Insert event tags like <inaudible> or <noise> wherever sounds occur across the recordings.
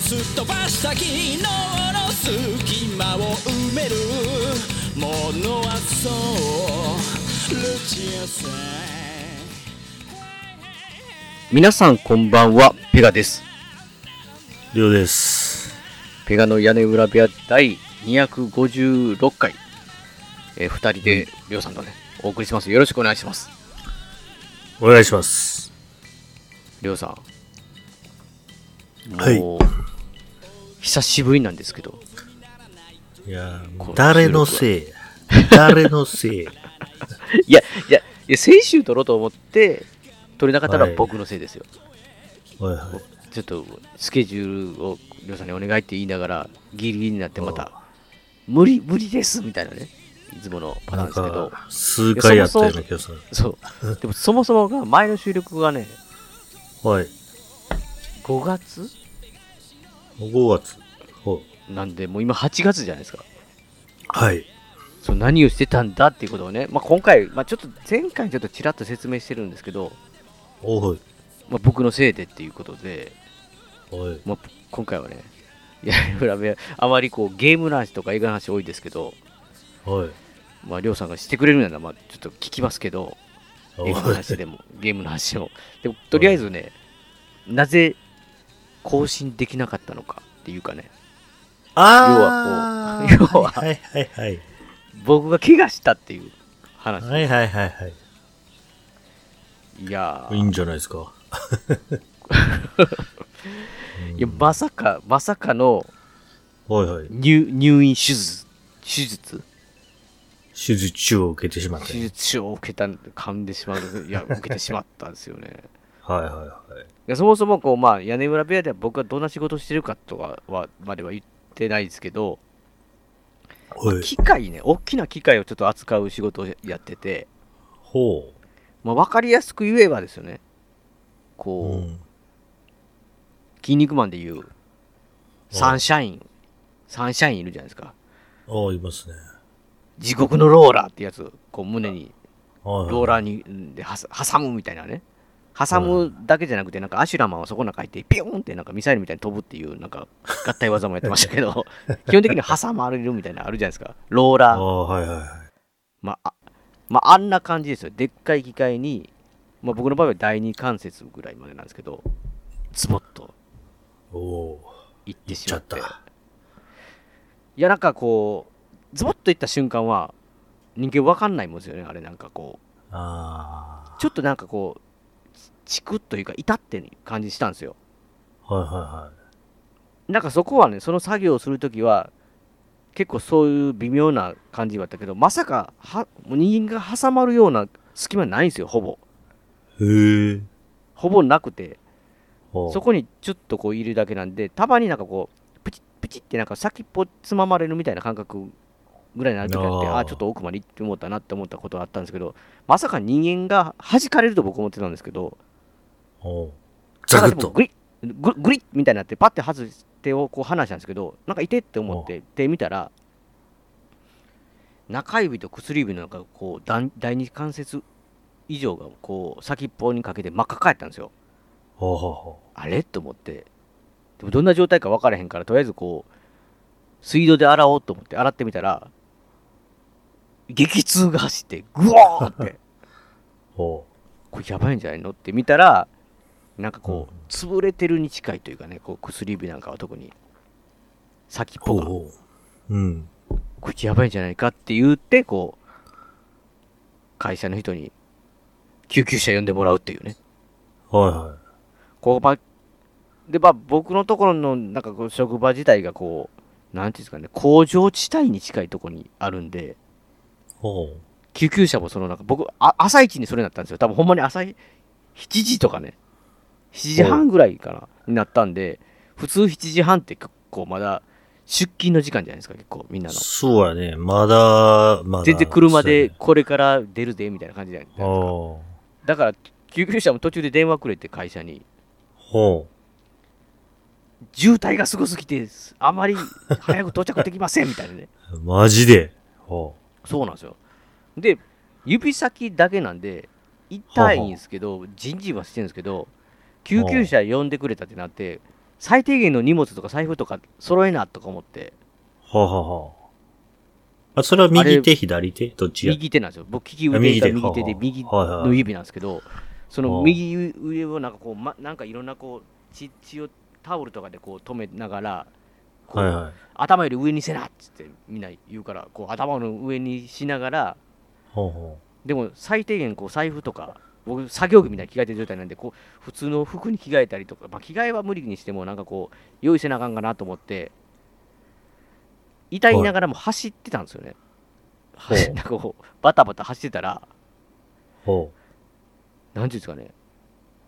すっ飛ばした昨日の隙間を埋めるものはそうルチアさん皆さんこんばんは、ペガです。りょうです。ペガの屋根裏部屋第256回、えー、2人でりょうさんとね、お送りします。よろしくお願いします。お願いします。りょうさん、はいもう、久しぶりなんですけど、いやー、この誰のせいや誰のせいや <laughs> いや、いや、いや先週撮ろうと思って、撮れなかったらはい僕のせいですよ。はいはい。ちょっとスケジュールをりょうさんにお願いって言いながら、ギリギリになってまた、無理、無理ですみたいなね、いつものパターなンんですけど。か、数回やったよういやな気がする。そう。でもそもそもが前の収録がね、はい。 5月5月。ほうなんで、もう今8月じゃないですか。はい。そう何をしてたんだっていうことをね、まあ、今回、まあ、ちょっと前回ちょっとちらっと説明してるんですけど、おうまあ、僕のせいでっていうことで、はい。まあ、今回はね、いや、裏部屋あまりこうゲームの話とか映画の話多いですけど、はい。まあ、りょうさんがしてくれるなら、まあ、ちょっと聞きますけど、お映い画の話でも、ゲームの話でも。でも、とりあえずね、なぜ更新できなかったのかっていうかね、あー要はこう要ははいはいはい。僕が怪我したっていう話。はいはいはいはいいやはい。いーいんじゃないですか。いやまさか、まさかのはいはい。入入院手術、手術手術を受けてしまっ手て。術を受けた、噛んでしまう、いや、受けてしまったんですよね。はいはいはい。いやそもそもこう、まあ、屋根裏部屋では僕はどんな仕事をしてるかとかはまでは言ってないですけど、はい。機械ね、大きな機械をちょっと扱う仕事をやってて、ほまあ、分かりやすく言えばですよね、う。こう、うん。筋肉マンでいう、サンシャイン、サンシャインいるじゃないですか。ああ、いますね。地獄のローラーってやつ、こう胸にはいはい。ローラーにうんではさ挟むみたいなね挟むだけじゃなくてなんかアシュラマンはそこの中入ってピョーンってなんかミサイルみたいに飛ぶっていうなんか合体技もやってましたけ <laughs> ど基本的に挟まれるみたいなのあるじゃないですかローあラーあ、はいはいはい。まああまああんな感じですよでっかい機械に、まあ、僕の場合は第二関節ぐらいまでなんですけどズボッとおおいっー。いてっしちゃまっってた。いやなんかこうズボッといった瞬間は人間わかんないもんですよねあれなんかこうあちょっとなんかこう、チチクッというか、痛って感じしたんですよ。あ。はいはなんかそこはね、その作業をするときは、結構そういう微妙な感じはあったけど、まさかは、もう人間が挟まるような隙間ないんですよ、ほぼ。いはい。へえ。ほぼなくて、ほうそこにちょっとこう入れるだけなんで、たまになんかこう、プチップチってなんか先っぽつままれるみたいな感覚ぐらいになるときあって、あーああー、ちょっと奥まで行って思ったなって思ったことはあったんですけど、まさか人間が弾かれると僕思ってたんですけど、おうザクッなんかでもと。グリッググリッみたいになってパッて外して手をこう離したんですけどなんか痛いって思って手見たら中指と薬指のなんかこうだん第二関節以上がこう先っぽにかけて真っ赤っかやったんですよほうほうほあれと思ってでもどんな状態か分からへんからとりあえずこう水道で洗おうと思って洗ってみたら激痛が走ってグワーってう。ほこれやばいんじゃないのって見たらなんかこうんう潰れてるに近いというかねこう薬指なんかは特に先っう。ぽほうがほう。うん。これやばいんじゃないかって言ってこう会社の人に救急車呼んでもらうっていうねはいはこうまでまあ僕のところのなんかこう職場自体がこうなんていうんですかね工場地帯に近いところにあるんでい。ほ救急車もそのなんか僕あ朝一にそれになったんですよ多分ほんまに朝7時とかね7時半ぐらいかなになったんで普通7時半って結構まだ出勤の時間じゃないですか、結構みんなの。そうやね。まだ、まだ。全然車でこれから出るでみたいな感じじゃないですそうやね。か。ああだから救急車も途中で電話くれて会社に。ほ渋滞がすごすぎて、あまり早く到着できませんみたいなね。う。マジで。ほそうなんですよ。で、指先だけなんで、痛いんですけど、じんじんはしてるんですけど、救急車呼んでくれたってなって、最低限の荷物とか財布とか揃えなとか思って、う。ほうほうほう。あ、それは右手、左手どっちや右手なんですよ。僕、利き腕があ右右手手ではあ右はいはいの指なんですけど、そはのあ右腕をなんかこう、ま、なんかいろんなこう、血血をタオルとかでこう止めながら、こうはいはい。頭より上にせなっつってみんな言うから、こう頭の上にしながら、ほうほでも最低限こう財布とか僕作業着みたいに着替えてる状態なんでこう普通の服に着替えたりとか、まあ、着替えは無理にしてもなんかこう用意せなあかんかなと思って痛いながらも走ってたんですよね、はい走 <laughs> なんかこうバタバタ走ってたらう。ほ何ていうんですかね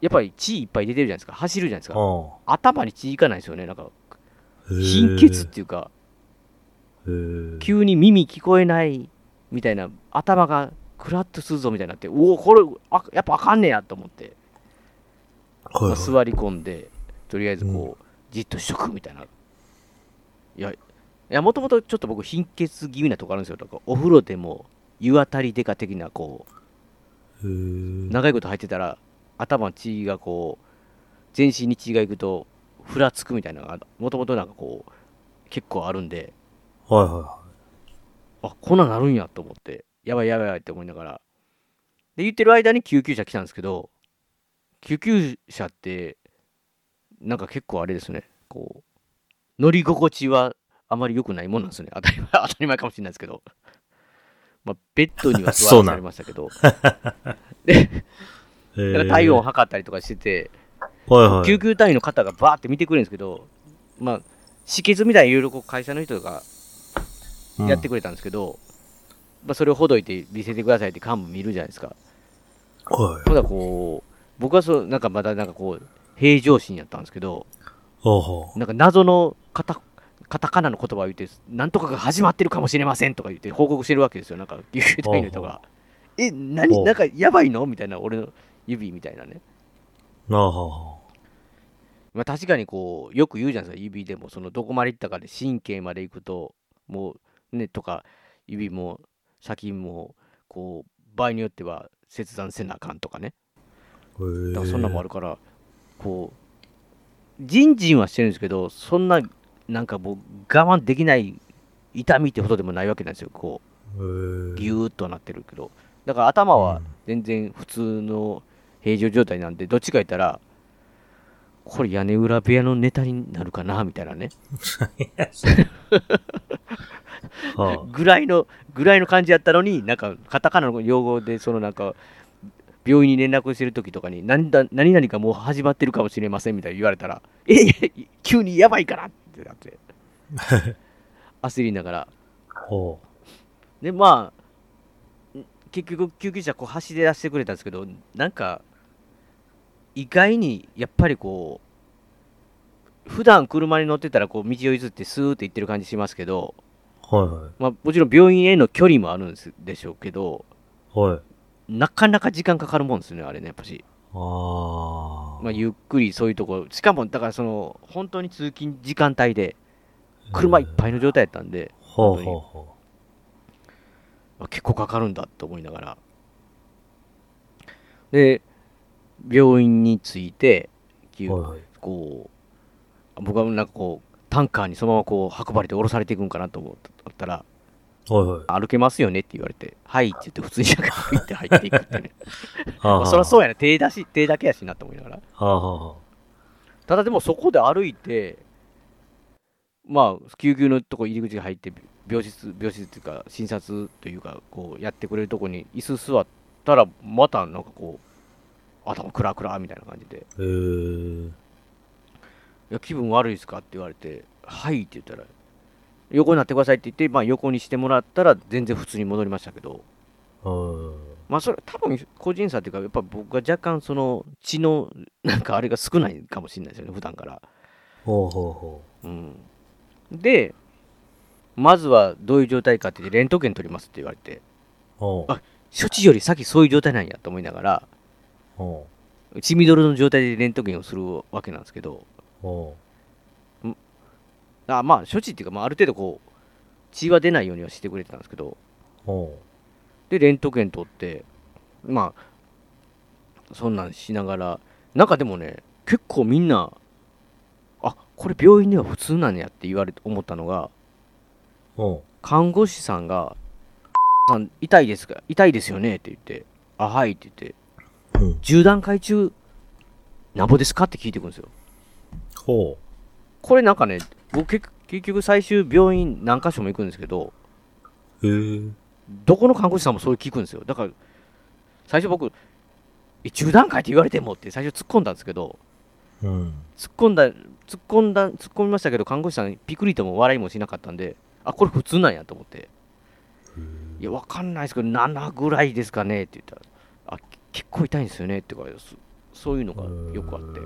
やっぱり血いっぱい出てるじゃないですか走るじゃないですう。かほ頭に血いかないですよねなんかう。貧血っていうかへー。急に耳聞こえないみたいな頭がクラッとするぞみたいになっておおこれあやっぱあかんねやと思ってはいまあはい座り込んで、とりあえずこう、じっとしとくみたいな。いや、いや、もともとちょっと僕、貧血気味なとこあるんですよ。だからお風呂でも、湯あたりでか的な、こへう、ー長いこと入ってたら、頭の血がこう、全身に血がいくと、ふらつくみたいなのが、もともとなんかこう、結構あるんで、はいはいはあこんなんなるんやと思って、やばいやばいやばいって思いながら。で、言ってる間に救急車来たんですけど、救急車って、なんか結構あれですね、こう、乗り心地はあまり良くないもんなんですね。当たり前、 <laughs> 当たり前かもしれないですけど。まあ、ベッドには座 <laughs> そうらさなんれましたけど、で、い。へーなんか <laughs> 体温を測ったりとかしてて、はいはい。救急隊員の方がバーって見てくれるんですけど、まあ、止血みたいにいろいろこう会社の人がうんやってくれたんですけど、まあ、それをほどいて見せてくださいって幹部見るじゃないですか。はい。ほんだらこう、僕はそう、なんかまだなんかこう、平常心やったんですけど、ほうほう。なんか謎のカタカタカナの言葉を言って、なんとかが始まってるかもしれませんとか言って報告してるわけですよ、なんか、救急隊員の人が。え、ほ何うなんかやばいのみたいな、俺の指みたいなね。なあほうほまあ、確かにこうよく言うじゃないですか指でもそのどこまで行ったかで神経まで行くともうねとか指も先もこう場合によっては切断せなあかんとかねう。へだかーらそんなんもあるからこうじんじんはしてるんですけどそんななんかもう我慢できない痛みってほどでもないわけなんですよこへーうギューッとなってるけどだから頭は全然普通の平常状態なんでどっちか言ったらこれ屋根裏部屋のネタになるかなみたいなねはぐらいのぐらいの感じやったのになんかカタカナの用語でそのなんか病院に連絡してる時とかに何だ何々がもう始まってるかもしれませんみたいに言われたら「え急にやばいから!」ってなって焦りながらあ。ほう。でまあん結局救急車こう走り出してくれたんですけどなんか意外にやっぱりこう普段車に乗ってたらこう道を譲ってスーッて行ってる感じしますけど、はいはい。まあ、もちろん病院への距離もあるんですでしょうけどはい。なかなか時間かかるもんですねあれねやっぱし、ああ。まあ、ゆっくりそういうとこしかもだからその本当に通勤時間帯で車いっぱいの状態やったんで、ほうほうほあ結構かかるんだと思いながらで病院に着いてう。救はいはい。こう僕はなんかこうタンカーにそのままこう運ばれて降ろされていくんかなと思ったらはいはい。歩けますよねって言われて「はい」って言って普通になんか入って入っていくってねあまあそりゃそうやな手出し手だけやしなと思いながらはあはあはただでもそこで歩いてまあ救急のとこ入り口入って病室病室っていうか診察というかこうやってくれるとこに椅子座ったらまたなんかこう頭クラクラみたいな感じであ。へえ。 「いや気分悪いですか?」って言われて「はい」って言ったら「横になってください」って言って、まあ、横にしてもらったら全然普通に戻りましたけどうん。まあそれ多分個人差っていうかやっぱ僕が若干その血のなんかあれが少ないかもしれないですよね普段からほうほうほうん、でまずはどういう状態かって言って、レントゲン取りますって言われて、おうあ処置より先そういう状態なんやと思いながら、おう血みどろの状態でレントゲンをするわけなんですけど、おうあまあ、処置っていうか、まあ、ある程度こう、血は出ないようにはしてくれてたんですけど、おうで、レントゲン取って、まあ、そんなんしながら、なんかでもね、結構みんな、あこれ病院では普通なんやって言われて思ったのが、おう看護師さんが、さん痛いですか痛いですよねって言って、あ、はいって言って、うん10段階中、なんぼですかって聞いてくるんですよ。ほこれなんかね、僕結結局最終病院何箇所も行くんですけど、う。へえ。どこの看護師さんもそれ聞くんですよ。だから、最初僕、え10段階って言われてもって最初突っ込んだんですけど、うん。突っ込んだ、突っ込んだ、突っ込みましたけど、看護師さんピクリとも笑いもしなかったんで、あ、これ普通なんやと思って。いや、わかんないですけど、7ぐらいですかねって言ったら、あ、結構痛いんですよねって言われて、そそういうのがよくあって。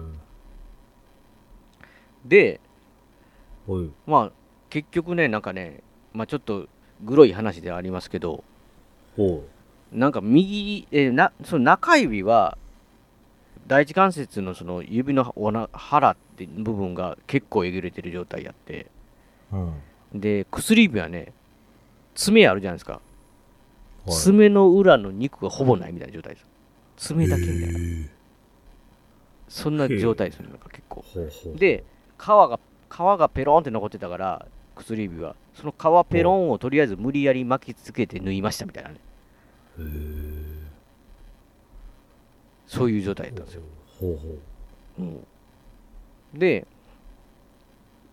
で、おい。まあ、結局ね、なんかね、まあちょっと、グロい話ではありますけど、おう。なんか右、えーなその中指は第一関節のその指のおな腹って部分が結構えぐれてる状態やってうん。で薬指はね爪あるじゃないですか、はい爪の裏の肉がほぼないみたいな状態です爪だけみたいなへえそんな状態ですよねなんか結構ほうほう。で皮が皮がペロンって残ってたから薬指はその皮ペロンをとりあえず無理やり巻きつけて縫いましたみたいなねへえそういう状態だったんですよほうほうう。んで、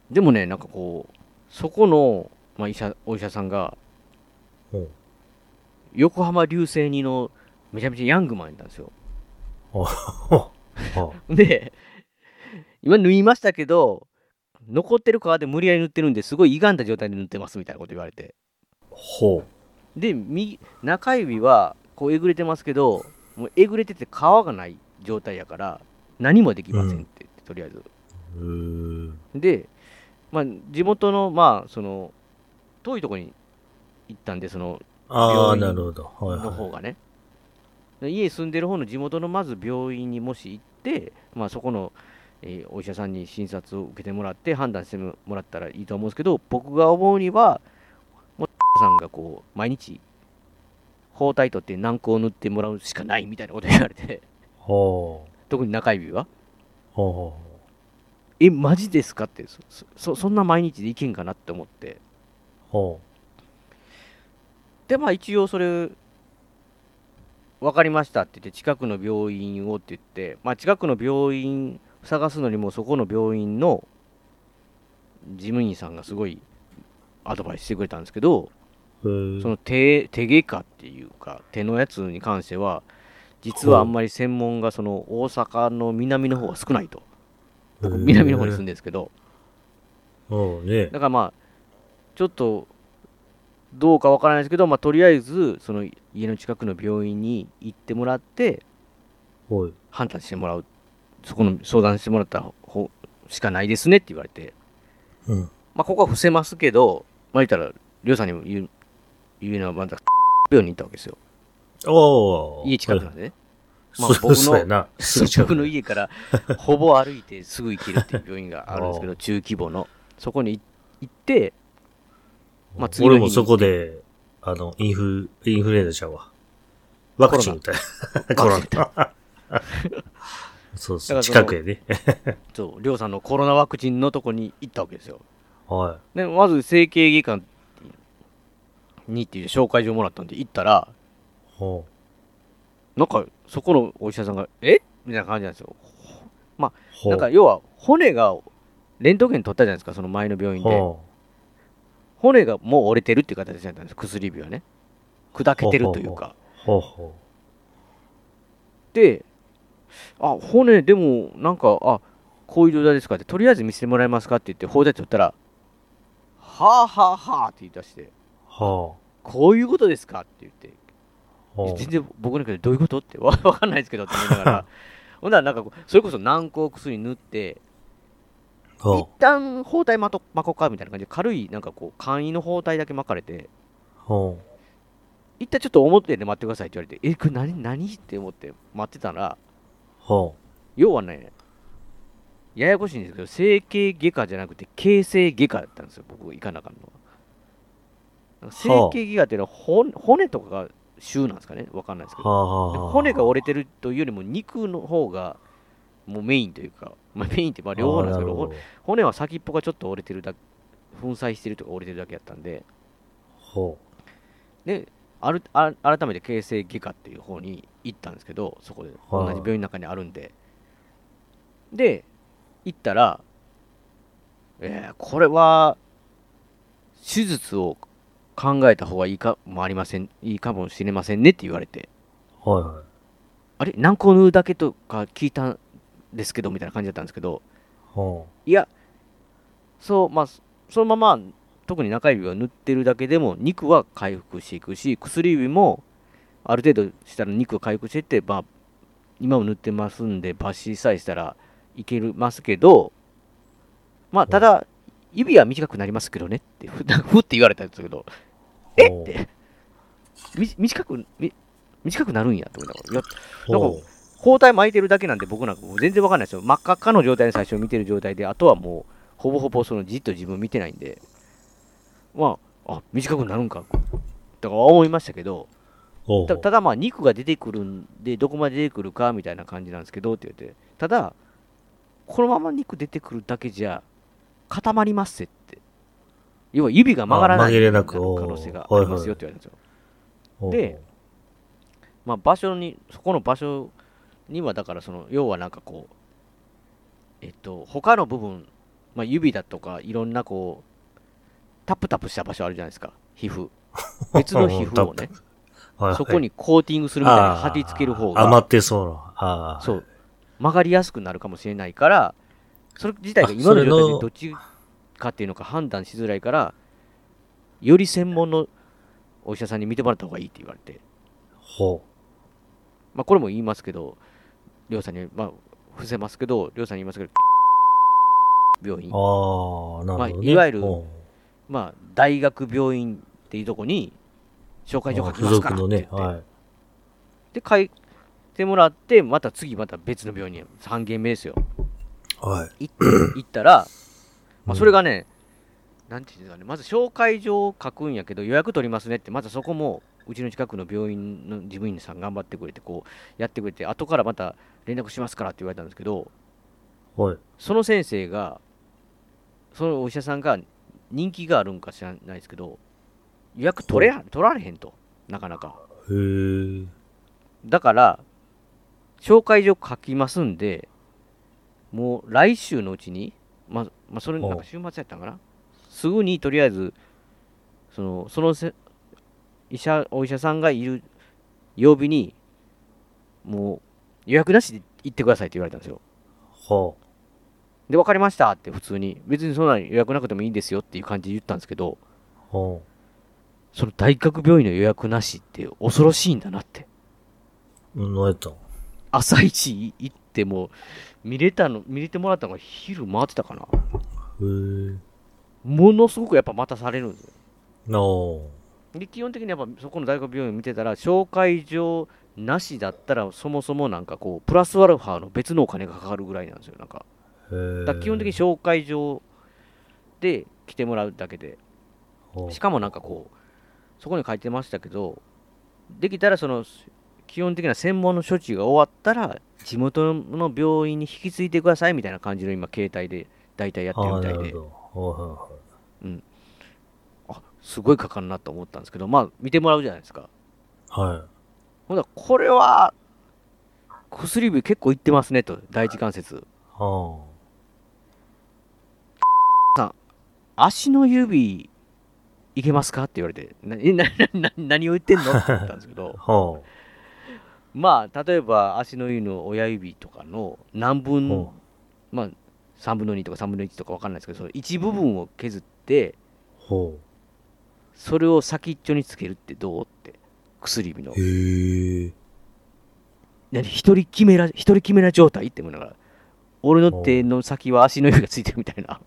でもね、なんかこう、そこの、まあ、医者お医者さんが、ほう。横浜流星2のめちゃめちゃヤングマンやったんですよ。 <laughs> あで、今縫いましたけど、残ってる皮で無理やり塗ってるんですごい歪んだ状態で塗ってますみたいなこと言われて。ほう。で、右中指はこうえぐれてますけど、もうえぐれてて皮がない状態やから、何もできませんって言って、とりあえずうーで、まあ、地元の、まあ、その、遠いところに行ったんで、その、ああ、病院なるほど。はいのは方がね。で家住んでる方の地元のまず病院にもし行って、まあ、そこの、えーお医者さんに診察を受けてもらって判断してもらったらいいと思うんですけど僕が思うにはもうさんがこう毎日包帯取って軟膏を塗ってもらうしかないみたいなこと言われてい。ほう。特に中指はほうほ「えマジですか?」ってそそそんな毎日でいけんかなって思ってう。ほでまあ一応それ分かりましたって言って近くの病院をって言って、まあ、近くの病院探すのにもそこの病院の事務員さんがすごいアドバイスしてくれたんですけどう。へえその手手外科っていうか手のやつに関しては実はあんまり専門がその大阪の南の方は少ないと僕南の方に住んでるんですけどうんね。だからまあ、ちょっとどうかわからないですけど、まあ、とりあえずその家の近くの病院に行ってもらって、ほい。判断してもらう、そこの相談してもらった方しかないですねって言われて、うん。まあ、ここは伏せますけど、まあ、言ったら、りょうさんにも言う言うのは、また、病院に行ったわけですよ。おー家近くなんでね。まあそ僕のそうやな。すぐ近近くくの家 <laughs> からほぼ歩いてすぐ行けるっていう病院があるんですけあど、中規模の。そこに行って、まあ、次の俺日にもそこで、あの、インフ、インフルエンザちゃうわ。ワクチン打ったよ。コロナ。そうそだからう、その近くやね。そう、りょうさんのコロナワクチンのとこに行ったわけですよ。はで、まず整形外科にっていう紹介状もらったんで行ったら、い。ほなんかそこのお医者さんが、えみたいな感じなんですよ。う。ほう。なんか要は骨が、レントゲン取ったじゃないですか、その前の病院で。ほ骨がもう折れてるっていう形だったんです、薬指はね。砕けてるというほうか。う。ほうほで、あ、骨でもなんか、あ、こういう状態ですかって、とりあえず見せてもらえますかって言って、包帯取ったら、はあはあはあって言い出して、う。ほこういうことですかって言って、う。ほ全然僕の中でどういうことってわ <laughs> わ <laughs> かんないですけどって思いながら、ほんならなんかこう、それこそ軟膏薬塗って、ほ一う旦包帯まとまこっかみたいな感じで軽いなんかこう簡易の包帯だけ巻かれてほ一旦ちょっと表で待ってくださいって言われてえこれ何何って思って待ってたらうほ要はねややこしいんですけど整形外科じゃなくて形成外科だったんですよ僕行かなあかんのはなんか整はあ形外科っていうのは骨骨とかが腫なんですかねわかんないですけうどはあはあはあ骨が折れてるというよりも肉の方がもうメインというか、まあ、メインってまあ両方なんですけどあーなるほど骨は先っぽがちょっと折れてるだけ粉砕してるとか折れてるだけやったんでほであるあ改めて形成外科っていう方に行ったんですけどそこで同はいじ病院の中にあるんでで行ったら、えーこれは手術を考えた方がいいかもありませんいいかもしれませんねって言われてうはいはいあれ軟膏縫うだけとか聞いたんですけどみたいな感じだったんですけどほいやそうまあそそのまま特に中指を塗ってるだけでも肉は回復していくし薬指もある程度したら肉が回復していって、まあ、今も塗ってますんで抜歯さえしたらいけますけどまあただ指は短くなりますけどねってふふって言われたんですけどうえほうってみ短くみ短くなるんやって思ったからいやほう包帯巻いてるだけなんで僕なんかもう全然わかんないですよ。真っ赤っかの状態で最初見てる状態で、あとはもうほぼほぼそのじっと自分見てないんで、まあ、あ短くなるんか、とか思いましたけど、ほうたただまあ肉が出てくるんで、どこまで出てくるかみたいな感じなんですけどって言って、ただ、このまま肉出てくるだけじゃ固まりますって。要は指が曲がらなあい曲げれなく可能性がありますよって言われたんですよ。ほうでまあ、場所にそこの場所にはだからその要はなんかこうえっと他の部分、まあ、指だとかいろんなこうタプタプした場所あるじゃないですか皮 <laughs> 膚別の皮膚をねはいはいそこにコーティングするみたいな貼り付ける方あー余がってそうな。ああ。そう曲がりやすくなるかもしれないからそれ自体が今の状態でどっちかっていうのか判断しづらいからより専門のお医者さんに見てもらった方がいいって言われてほまあ、これも言いますけど、りょうさんに、まあ、伏せますけど、りょうさんに言いますけど、病う。院、ああ、なるほど、ねまあいわゆるほまあ、大学病院っていうとこに、紹う介状書き付ますか属らっての言っねて、、はい。で、書いてもらって、また次、また別の病院へ、3軒目ですよ。はい。 <coughs> 行っ行ったら、うまんあ、それがね、なんていうんですかね、まず紹介状を書くんやけど、予約取りますねって、まずそこも、うちの近くの病院の事務員さん頑張ってくれて、こう、やってくれて、後からまた連絡しますからって言われたんですけど、はい。その先生が、そのお医者さんが人気があるんか知らないですけど、予約取れや取られへんと、なかなか。へえ。だから、紹介状書きますんで、もう来週のうちに、まあ、まあ、それ、ほうなんか週末やったんかな、すぐにとりあえず、その、そのせ医者、お医者さんがいる曜日に、もう予約なしで行ってくださいって言われたんですよ。ほう。で、分かりましたって普通に、別にそんな予約なくてもいいんですよっていう感じで言ったんですけど、ほその大学病院の予約なしって恐ろしいんだなって。う。うん、何やったの朝一行っても、見れたの、見れてもらったのが昼回ってたかな。へえ。ものすごくやっぱ待たされるんですよ。なお。で、基本的にやっぱそこの大学病院見てたら、紹介状なしだったら、そもそもなんかこう、プラスアルファの別のお金がかかるぐらいなんですよ、なんか。へえ。だから基本的に紹介状で来てもらうだけで。ほうしかもなんかこう、そこに書いてましたけど、できたらその基本的な専門の処置が終わったら、地元の病院に引き継いでくださいみたいな感じの今、携帯で大体やってるああみなたいるほで、ど。ほあすごいかかるなと思ったんですけど、まあ、見てもらうじゃないですか。うはいはい。はい。ほんならこれは、薬指結構いってますねと、第一関節。あ足の指、いけますかって言われて、なえなな何を言ってんのって言ったんですけどあ。。ほまあ例えば足の指の親指とかの何う。分、ほう。まあ3分の2とか3分の1とか分かんないですけどその一部分を削ってほそれを先っちょにつけるってどうって薬指のう。へえ。何一人キメラ一人キメラ状態って思いながら俺の手の先は足の指がついてるみたいな。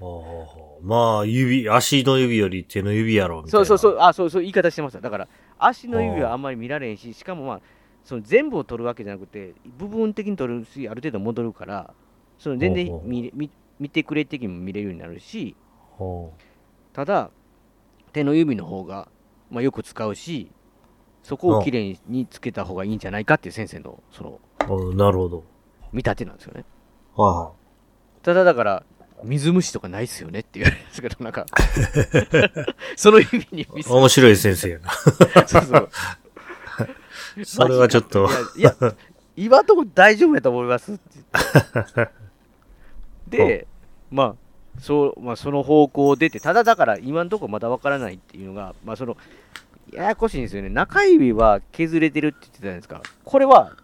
ほうほうほうまあ、指、足の指より手の指やろ、みそたいな。。うそうそうう、あ、そうそう、言い方してました。だから、足の指はあんまり見られへんし、しかも、まあ、その全部を取るわけじゃなくて、部分的に取るし、ある程度戻るから、その全然ほうほう見れ見見てくれ的にも見れるようになるし、ほただ、手の指の方が、まあ、よく使うし、そこをきれいにつけた方がいいんじゃないかっていう先生のそのううんなるほど。見立てなんですよね。はただだから、水虫とかないっすよねって言われるんですけど、なん <laughs> か、その指にい水面白い先生やな。 <laughs> そうそうそれはちょっとマジ。かいや、いや今のところ大丈夫やと思いますって言ってで、まあ、そう、まあ、その方向を出て、ただだから、今のところまだわからないっていうのが、まあ、その、ややこしいんですよね。中指は削れてるって言ってたじゃないですか。これは、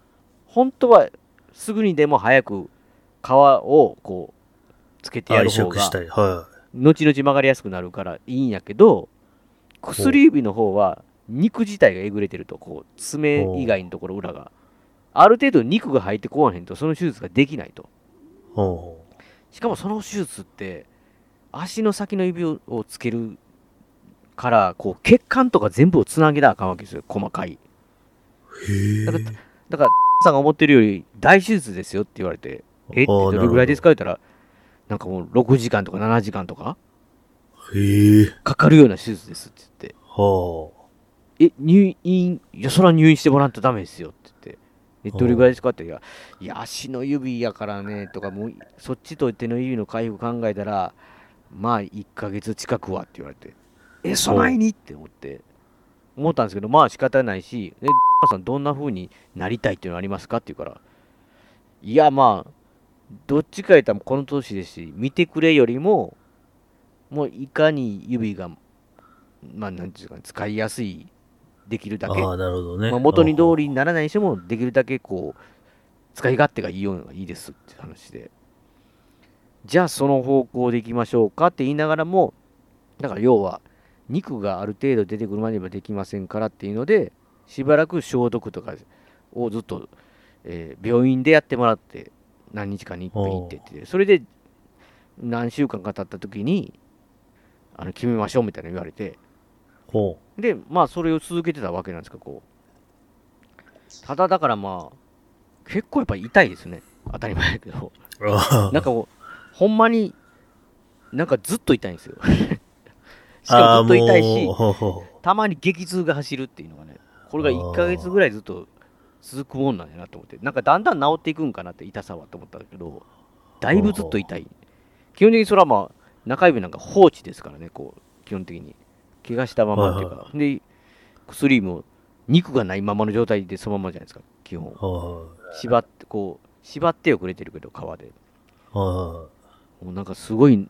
本当は、すぐにでも早く、皮を、こう、つけてやある移方植が、したい。は後々曲がりやすくなるからいいんやけど薬指の方は肉自体がえぐれてるとこう爪以外のところ裏がある程度肉が入ってこわへんとその手術ができないとい。ほうしかもその手術って足の先の指ををつけるからこう血管とか全部をつなげなあかんわけですよ細かいほう。へえ。だからだからさんが思ってるより大手術ですよって言われてえってあーどれぐらいですか言ったらなんかもう6時間とか7時間とかへえ。かかるような手術ですって言ってはあ。え、入院、いや、そら入院してもらうとダメですよって言って、え、どれぐらいですかって言ったらいや、いや、足の指やからねとか、もう、そっちと手の指の回復考えたら、まあ、1ヶ月近くはって言われて、え、そないにって思って、思ったんですけど、まあ、仕方ないし、え、さん、どんな風になりたいっていうのありますかって言うから、いや、まあ、どっちか言ったらこの年ですし、見てくれよりも、もういかに指が、まあ、なんていうんですかね、使いやすい、できるだけ、ああ、なるほどね。まあ、元にど通りにならないにしても、できるだけこう、使い勝手がいいようなのがいいですって話で、じゃあその方向でいきましょうかって言いながらも、だから要は、肉がある程度出てくるまではできませんからっていうので、しばらく消毒とかをずっと、えー病院でやってもらって、何日かに一遍行ってって、それで何週間か経った時に、あの決めましょうみたいなの言われて、ほう。で、まあ、それを続けてたわけなんですけど、こう。ただ、だからまあ、結構やっぱ痛いですね。当たり前だけど。ああなんかもう、ほんまに、なんかずっと痛いんです <laughs> よ。しあかあもずっと痛いしもう、ほうほたまに激痛が走るっていうのがね、これが1ヶ月ぐらいずっと続くもんなんやなと思って、なんかだんだん治っていくんかなって痛さはと思ったんだけど、だいぶずっと痛い。基本的にそれはまあ、中指なんか放置ですからね、こう、基本的に。怪我したままっていうか、で、薬指も肉がないままの状態でそのままじゃないですか、基本う。。ほう縛って、こう、縛ってはくれてるけど、皮で。ほう。もうなんかすごい、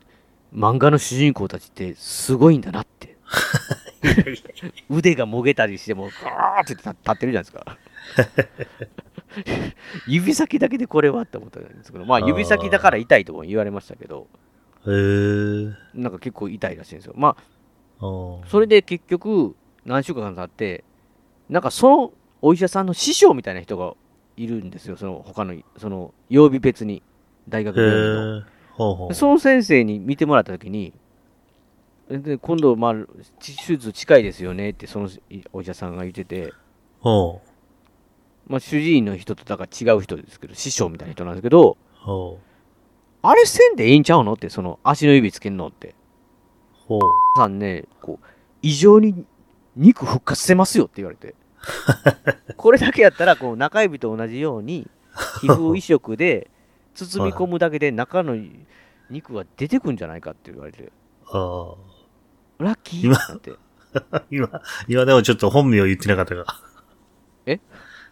漫画の主人公たちってすごいんだなって。腕がもげたりしても、ガーって立立ってるじゃないですか。指先だけでこれはって思ったんですけど、まああー指先だから痛いとも言われましたけど、へえ。なんか結構痛いらしいんですよ。まあ、ああそれで結局、何週間か経って、なんかそのお医者さんの師匠みたいな人がいるんですよ、その他の、その曜日別に、大学へ病院の。え。ほうほう。その先生に見てもらったときに、で今度、まあ、ち手術近いですよねって、そのいお医者さんが言ってて、ほう。まあ、主治医の人とだから違う人ですけど、師匠みたいな人なんですけど、ほう。あれせんでええんちゃうのって、その足の指つけんのって。ほう。さんね、こう、異常に肉復活してますよって言われ <laughs> て。これだけやったら、こう、中指と同じように、皮膚移植 <laughs> で包み込むだけで中の肉が出てくんじゃないかって言われて、あ <laughs> ラッキー今ってなって。あ。今、今でもちょっと本名言ってなかったが。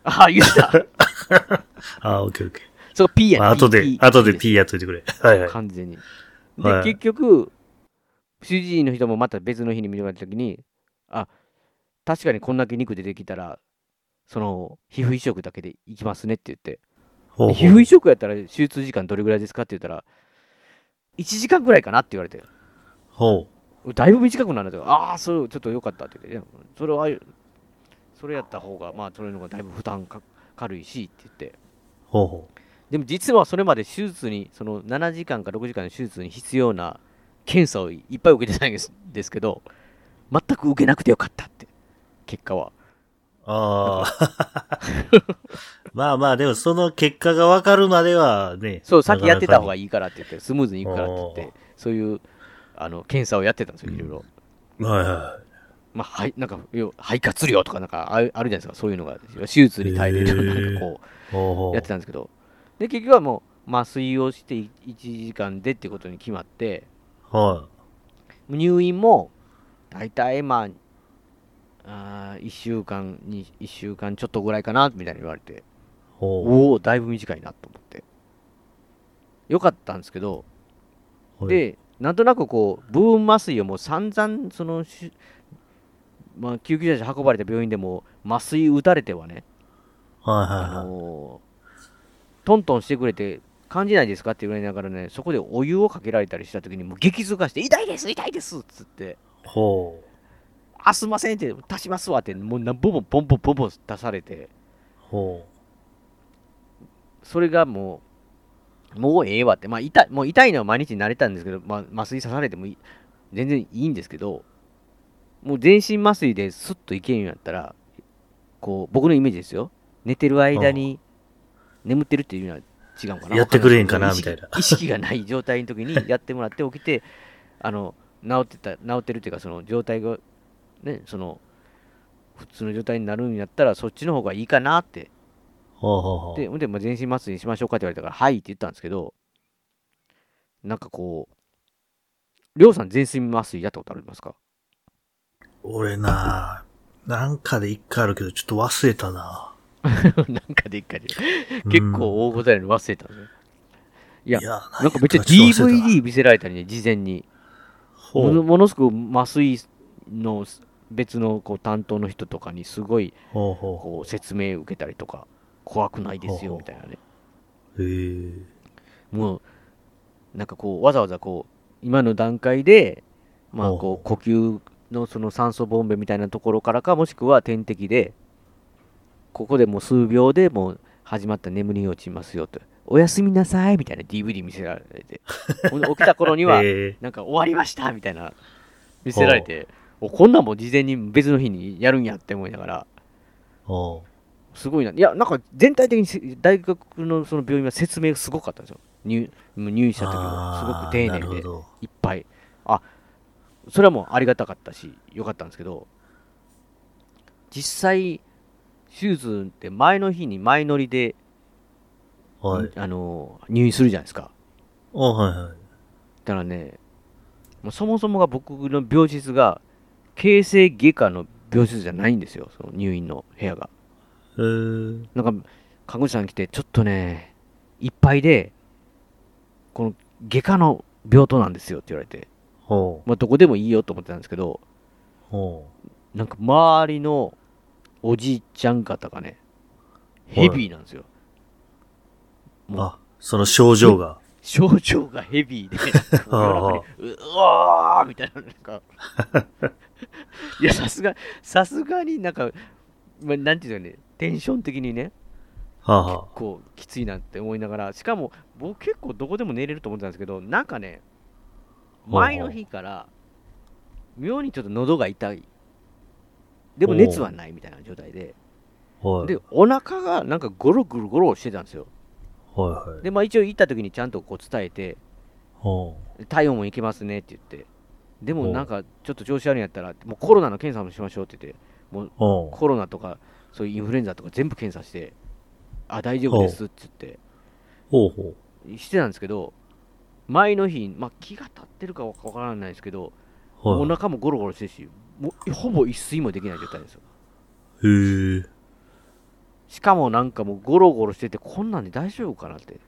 ああ、言 <laughs> った。ああ、オッケーオッケそう、P ー。やまあ、後で、後で P やっといてくれ。はいはい。完全に。で、はい結局、主治医の人もまた別の日に見てもらったときに、あ、確かにこんだけ肉出てきたら、その、皮膚移植だけでいきますねって言って、ほうで皮膚移植やったら手術時間どれぐらいですかって言ったら、1時間ぐらいかなって言われて、ほだいぶ短くなるんだけど、ああ、それちょっと良かったって言って、いやそれは、それやった方が、まあ、それの方がだいぶ負担か軽いしって言って、う。ほうほでも実はそれまで手術に、その7時間か6時間の手術に必要な検査をいっぱい受けてたんですですけど、全く受けなくてよかったって、結果は。ああ。 <laughs> まあまあ、でもその結果がわかるまではね。そう、さっきやってた方がいい。いいからって言って、スムーズにいくからって言って、そういうあの検査をやってたんですよ、いろいろ。はいはまあ、はい、なんか、要肺活量とかなんかあるあるじゃないですか、そういうのが。手術に耐えれるなんかへーこい。ほうほう、うやってたんですけど。で、結局はもう、麻酔をして1時間でってことに決まって、は入院も、大体まあ、あ1週間に、1週間ちょっとぐらいかな、みたいに言われて、い。ほおお、だいぶ短いなと思って。よかったんですけど、う。はい、で、なんとなくこう、部分麻酔をもう散々、そのし、まあ、救急車で運ばれた病院でも、麻酔打たれてはね、はいあはいはい。のートントンしてくれて、感じないですかって言われながらね、そこでお湯をかけられたりしたときに、もう激痛がして、痛いです、痛いですっつって、ほう。あ、すいませんって、足しますわって、もう何本もポンポンポンポン出されて、ほそれがもう、もうええわって、まあ、痛いもう痛いのは毎日慣れたんですけど、まあ、麻酔刺されてもいい全然いいんですけど、もう全身麻酔ですっといけんようになったら、こう僕のイメージですよ、寝てる間に眠ってるっていうのは違うのかな。やってくれへんかなわらみたい意識意識がない状態の時にやってもらって起きて、あの治ってた治ってるっていうか、その状態が、ね、その普通の状態になるんやったら、そっちの方がいいかなってう。ほうほうほう。で、ほんで、まあ、全身麻酔にしましょうかって言われたから、はいって言ったんですけど、なんかこう、りょうさん全身麻酔やったことありますか俺ななんかで一回あるけど、ちょっと忘れたな <laughs> なんかでっかいで。結構大ごとやのに忘れたんですよ。いや、やなんかめっちゃ。なんか DVD 見せられたりね、事前に。ほものう。ものすごく麻酔の別のこう担当の人とかにすごいほうほこう説明受けたりとか、怖くないですよほうみたいなね。う。へえ。もうなんかこうわざわざこう今の段階で、まあ、ほうこう呼吸のその酸素ボンベみたいなところからかもしくは点滴でここでもう数秒でもう始まった眠りに落ちますよとおやすみなさいみたいな DVD 見せられてほんで起きた頃には <laughs> へえなんか終わりましたみたいな見せられておこんなんも事前に別の日にやるんやって思いながらほすごいな。いや、なんか全体的にせ大学のその病院は説明がすごかったんですよ。入もう入院した時はすごく丁あーな寧るでほどいっぱい。あそれはもうありがたかったし、よかったんですけど、実際、手術って前の日に前乗りで、う。はい。あの入院するじゃないですか。おはいはい。だからね、もうそもそもが僕の病室が、形成外科の病室じゃないんですよ、その入院の部屋が。えー、なんか、看護師さん来て、ちょっとね、いっぱいで、この外科の病棟なんですよって言われて、ほう。まあ、どこでもいいよと思ってたんですけど、ほう。なんか周りのおじいちゃん方がね、はヘいビーなんですよ。もうあ、その症状が。症状がヘビーで、夜中にううわーみたいな、なんか、いや、さすが、さすがになんか、まあ、なんていうんですかね、テンション的にね、はあ、はこうきついなって思いながらしかも僕結構どこでも寝れると思ってたんですけどなんかねほうほう前の日から妙にちょっと喉が痛いでも熱はないみたいな状態であ、はい。でお腹がなんかゴロゴロゴロしてたんですよはいはい。でまあ一応行った時にちゃんとこう伝えてほ体温もいけますねって言ってでもほうなんかちょっと調子悪いんやったらもうコロナの検査もしましょうって言ってう。ほコロナとかそういうインフルエンザとか全部検査してあ大丈夫ですって言ってう。ほうほしてたんですけど、前の日、まあ、気が立ってるかわからないですけど、う。はい。お腹もゴロゴロしてるし、もうほぼ一睡もできない状態ですよ。へえ。しかもなんかもうゴロゴロしてて、こんなんで大丈夫かなって。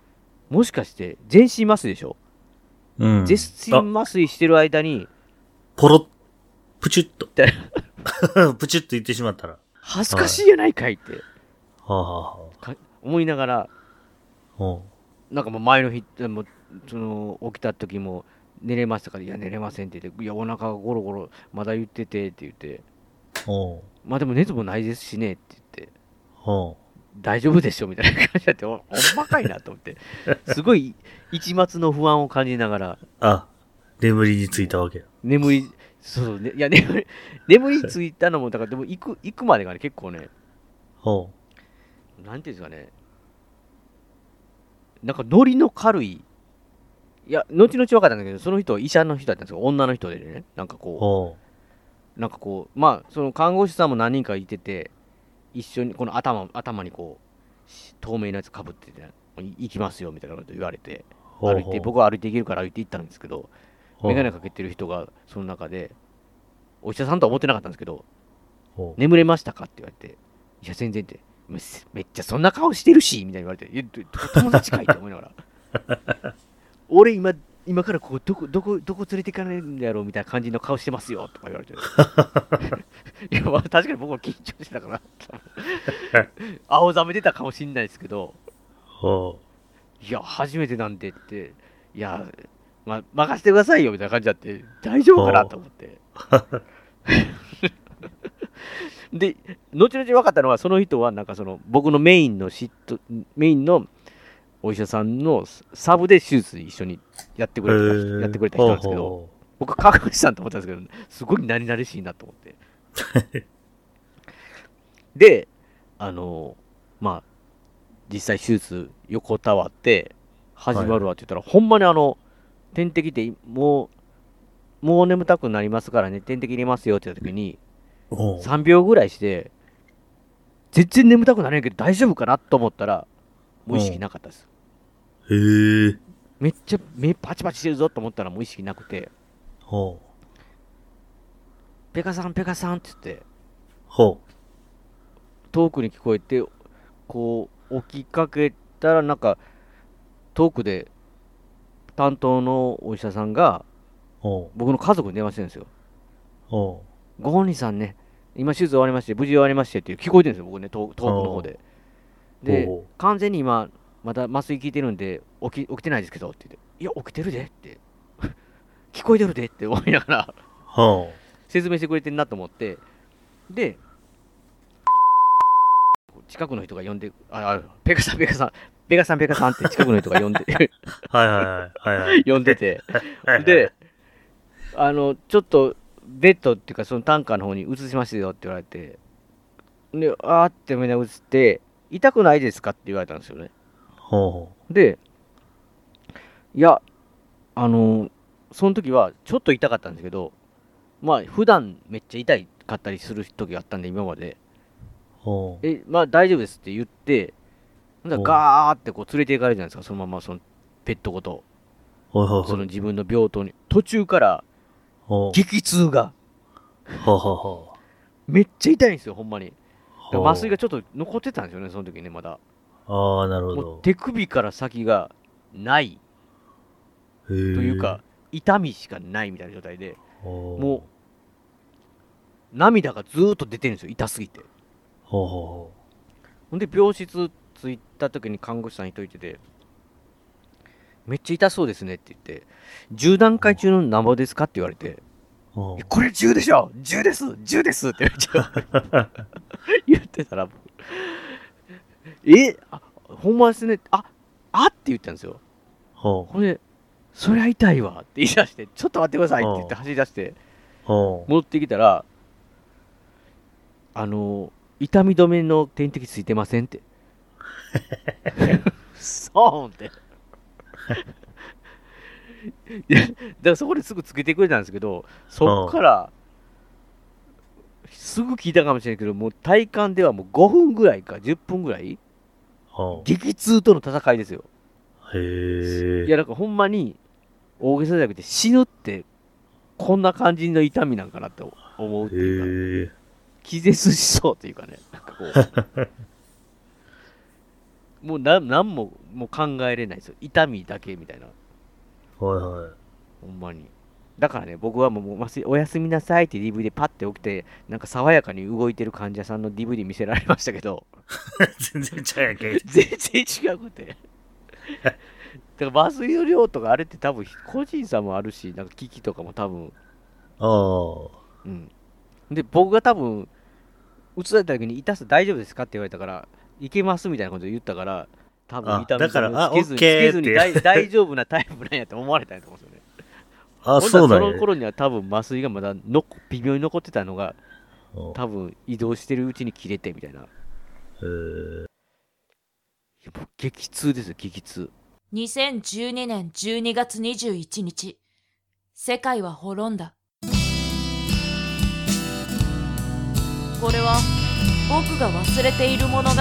もしかして、全身麻酔でしょ、うん。全身麻酔してる間に、ポロッ、プチュッとだ。 <laughs> プチュッと言ってしまったら。は恥ずかしいやないかいってあ、はあはか思いながら、あ、ほなんかもう前の日でもその起きた時も寝れましたから、いや寝れませんって言って、いやお腹がゴロゴロまだ言っててって言って、う。ほまあでも熱もないですしねって言って、う。ほ大丈夫でしょみたいな感じになって、おほんまかいなと思って、すごい一抹の不安を感じながら、あ、眠りについたわけや。眠り、そう、ね、いや、 <laughs> 眠り、眠りついたのも、だから、でも行く、行くまでがね、結構ね、ほなんていうんですかね、なんかノリの軽い、いや、後々分かったんだけど、その人は医者の人だったんですよ、女の人でね、なんかう。こほう、なんかこう、まあ、その看護師さんも何人かいてて、一緒に、この頭、頭にこう、し透明なやつかぶってて、い行きますよみたいなこと言われて、う。ほう歩いて、僕は歩いて行けるから歩いて行ったんですけど、眼鏡かけてる人が、その中で、お医者さんとは思ってなかったんですけど、ほう眠れましたかって言われて、いや、全然って、めっめっちゃそんな顔してるし、みたいに言われて、えどど友達かいって思いながら、 <laughs> 俺今、今からここどこ、どこ、どこ連れて行かないんだろうみたいな感じの顔してますよ、とか言われ <laughs> て。いや、まあ、確かに僕は緊張してたから、 <laughs> 青ざめてたかもしれないですけど、ほいや、初めてなんでって、いや、ま、任せてくださいよみたいな感じだって、大丈夫かなと思っ <laughs> て。で、後々分かったのは、その人は、なんかその、僕のメインの嫉妬、メインのお医者さんのサブで手術一緒にやってうくれた人、へえやってくれた人なんですけほうど、ほう僕、川口さんと思ったんですけど、すごい何々しいなと思って。で、あの、まあ、実際手術横たわって、始まるわって言ったら、ほんまにあの、点滴でもう、もう眠たくなりますからね、点滴入れますよって言った時に、ほう3秒ぐらいして、全然眠たくなれんけど大丈夫かなと思ったら、もう意識なかったです。へえ。めっちゃ目パチパチしてるぞと思ったらもう意識なくて、ほう。ペカさんペカさんって言って、ほ遠くに聞こえてこう起きかけたらなんか遠くで担当のお医者さんがう。ほう。僕の家族に電話してるんですよほう。ご本人さんね今手術終わりまして無事終わりましてっていう聞こえてるんですよ僕ね遠遠くの方ででほ完全に今また麻酔効いてるんで起き起きてないですけどって言っていや起きてるでって <laughs> 聞こえてるでって思いながらう。ほ説明してくれてんなと思ってで近くの人が呼んでああペカさんペカさんペカさんペカさん <laughs> って近くの人が呼んで <laughs> う。はいはいはい。はいはい呼んでてはいはい。であのちょっとベッドっていうかその担架の方に移しますよって言われてであーってみんな移って痛くないですかって言われたんですよねほでいやあのその時はちょっと痛かったんですけどまあ普段めっちゃ痛いかったりする時があったんで今までう。ほう。えまあ大丈夫ですって言ってほんだらおうガーってこう連れていかれるじゃないですかそのままそのペットごとほうほうほそうの自分の病棟に途中からほう。激痛がほうほうほめっちゃ痛いんですよほんまにだかう。ら麻酔がちょっと残ってたんですよねその時ねまだああ、なるほもうど。手首から先がないとといいうか、痛みしかないみたいな状態でもも涙がずーっと出てるんですよ痛すぎてう、ほうほほんで病室着いた時に看護師さん一人いててめっちゃ痛そうですねって言って10段階中の何ぼですかって言われてうほうほうえこれ10でしょ !10 です !10 ですってめっちゃ言ってたら、僕えあほんまですね。ああって言ったんですよ。ほうこれ、そりゃ痛いわって言い出して、ちょっと待ってくださいって言ってうん走り出して、ほう戻ってきたら、あの、痛み止めの点滴ついてません <laughs> って。そうって。いやだからそこですぐつけてくれたんですけど、そっから、すぐ聞いたかもしれないけど、もう体感ではもう5分ぐらいか10分ぐらい、ほ激痛との戦いですよ。う。へえ。いや、なんかほんまに大げさじゃなくて死ぬって、こんな感じの痛みなんかなって思うっていうか。へえ。気絶しそうというかね、なんかこう、もうな何ももう考えれないですよ、痛みだけみたいな、はいはい。ほんまに。だからね、僕はもうもう、ませおやすみなさいって DVD パッて起きて、なんか爽やかに動いてる患者さんの DVD 見せられましたけど、 <laughs> 全然ちゃうやんけ。全然違くて。だから麻酔の量とかあれって多分個人差もあるし、なんか機器とかも多分、ああ。うん。で、僕が多分、映された時に痛さ大丈夫ですかって言われたから、いけますみたいなこと言ったから、多分あ見た目だからもあつけずオッにつケーけずに大大丈夫なタイプなんやと思われたんやと思うんですよね。 <laughs> ほんあ、ならそうなんそのや。頃には多分麻酔がまだの微妙に残ってたのが、うん多分移動してるうちに切れてみたいな。えーもう激痛ですよ、激痛。 2012年12月21日、世界は滅んだ。これは僕が忘れている物語。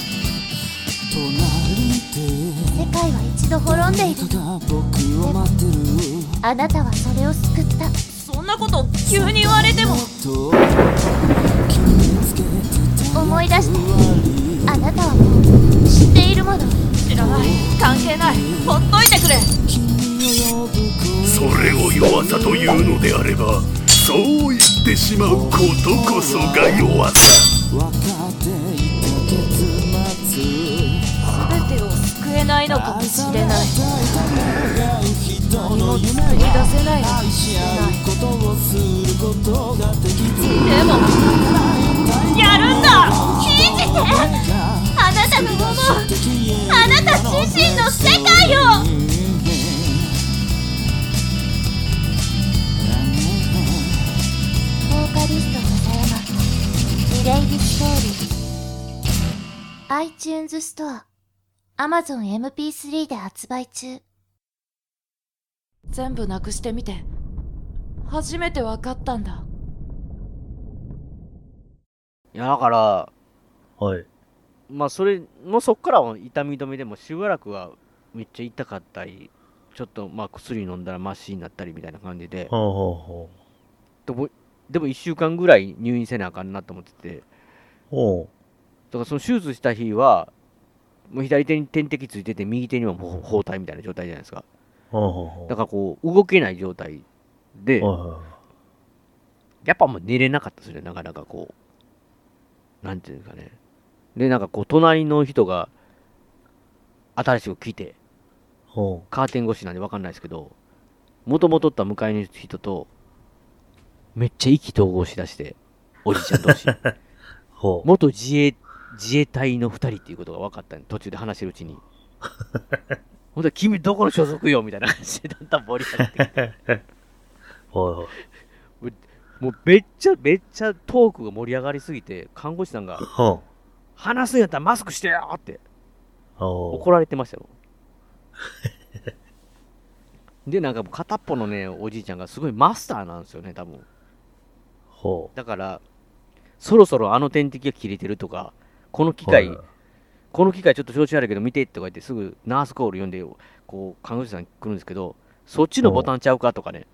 隣世界は一度滅んでいるでが僕を待ってるあなたはそれを救ったそんなこと急に言われても、と決めつけてた思い出してあなたはもう知っているもの知らない。関係ない。ほっといてくれ。君を呼ぶそれを弱さというのであればそう言ってしまうことこそが弱さ声分かっていた結末全てを救えないのかもしれない。何何も作り出せないのかもしれない。でも、やるんだ信じてあなたの思うあなた自身の世界をボーカリスト笹山リレイビストーリー iTunes ストア Amazon MP3 で発売中全部なくしてみて初めて分かったんだいや、だから、はい。まあ、それのそっからは痛み止めでも、しばらくはめっちゃ痛かったり、ちょっとまあ薬飲んだらマシになったりみたいな感じで、ほうほうほう。でもでも1週間ぐらい入院せなあかんなと思ってて、だほからその手術した日は、もう左手に点滴ついてて、右手にはもう包帯みたいな状態じゃないですか。うほうほうほうだからこう、動けない状態で、はいはいはいやっぱもう寝れなかったですね、なかなかこう、なんていうんですかね。で、なんかこう、隣の人が、新しく来て、ほカーテン越しなんで分かんないですけど、もともとった向かいの人と、めっちゃ意気投合しだして、おじいちゃん同 <laughs> 士。うほう。元自衛、自衛隊の二人っていうことが分かったんで、途中で話してるう <laughs> ちに。ほんと君どこの所属よみたいな感じで、だんだん盛り上がってきて <laughs> はいはい。もうめっちゃめっちゃトークが盛り上がりすぎて、看護師さんが、ほ話すんやったらマスクしてよってう。ほ怒られてましたよ。 <laughs> で、なんかもう片っぽのね、おじいちゃんがすごいマスターなんですよね、多分。う。ほう。だから、そろそろあの点滴が切れてるとか、この機械、はいはいこの機械ちょっと調子悪いけど見てとか言って、すぐナースコール呼んで、こう、看護師さん来るんですけど、そっちのボタンちゃうかとかね、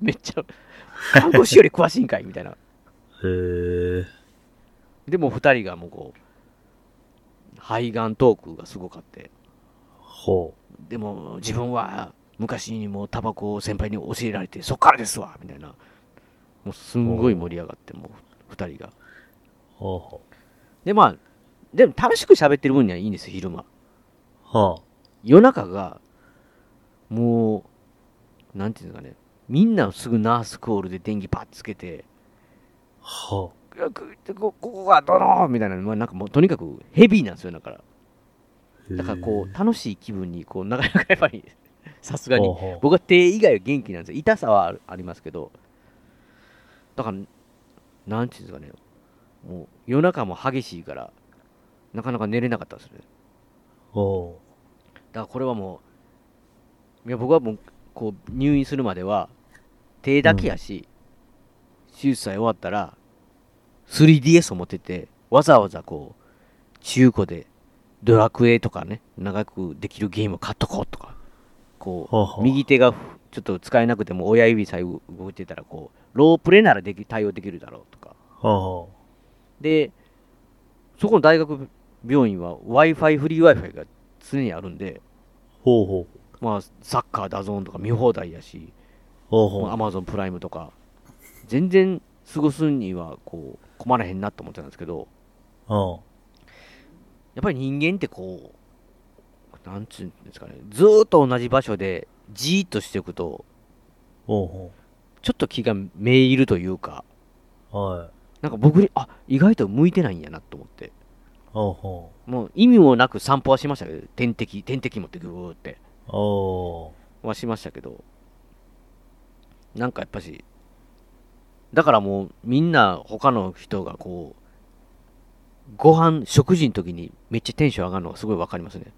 め <laughs> めっちゃ、看護師より詳しいんかいみたいな。へえ。でも2人がもうこう、肺がんトークがすごかって、ほでも自分は昔にもタバコを先輩に教えられて、そっからですわみたいな、もうすんごい盛り上がって、もう2人が。う。ほうほで、まあ、でも楽しく喋ってる分にはいいんですよ、昼間。う。は夜中が、もう、なんていうんですかね、みんなすぐナースコールで電気パッつけて、あ。はくくこここがどのみたいな、まあ、なんかもうとにかくヘビーなんですよ、だから。あ。だからこう、楽しい気分に、こう、 <laughs> なかなかやっぱり、さすがにほうほう、僕は手以外は元気なんですよ。痛さはあるありますけど、だから、なんていうんですかね、もう夜中も激しいから、なかなか寝れなかったですね。う。ほう。だからこれはもう、いや僕はもうこう入院するまでは、手だけやし、手術さえ終わったら、3DS を持ってて、わざわざこう、中古でドラクエとかね、長くできるゲームを買っとこうとか、こほうほう、う右手がふちょっと使えなくても親指さえ動いてたら、こう、ロープレならでき対応できるだろうとか。ほうほう。で、そこの大学病院は Wi-Fi フリー Wi-Fi が常にあるんで、ほうほう。まあ、サッカーだぞんとか見放題やし、ほうまあほアう。マゾンプライムとか、全然過ごすにはこう困らへんなと思ってたんですけど、うん。やっぱり人間ってこう、なんつうんですかね、ずーっと同じ場所でじーっとしていくと、ほうほちょっと気がめいるというか、う。はい。なんか僕に、あ意外と向いてないんやなと思って、ほうほもう意味もなく散歩はしましたけど、点滴、点滴持ってぐーってう。おはしましたけど、なんかやっぱし、だからもうみんな他の人がこう、ご飯、食事の時にめっちゃテンション上がるのがすごいわかりますね。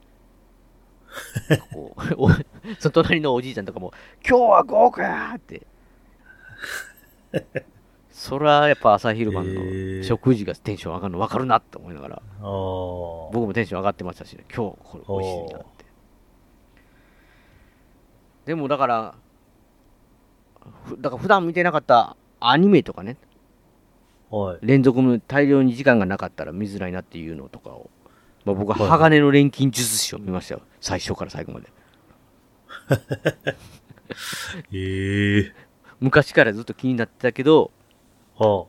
こう <laughs> おその隣のおじいちゃんとかも、今日は豪華やーって。それはやっぱ朝昼晩の食事がテンション上がるの分かるなって思いながら、ー。おー。僕もテンション上がってましたし、ね、今日これ美味しいなってでもだからふだから普段見てなかったアニメとかねはい。連続の大量に時間がなかったら見づらいなっていうのとかを、まあ、僕は鋼の錬金術師を見ましたよ最初から最後までええ。昔からずっと気になってたけど、は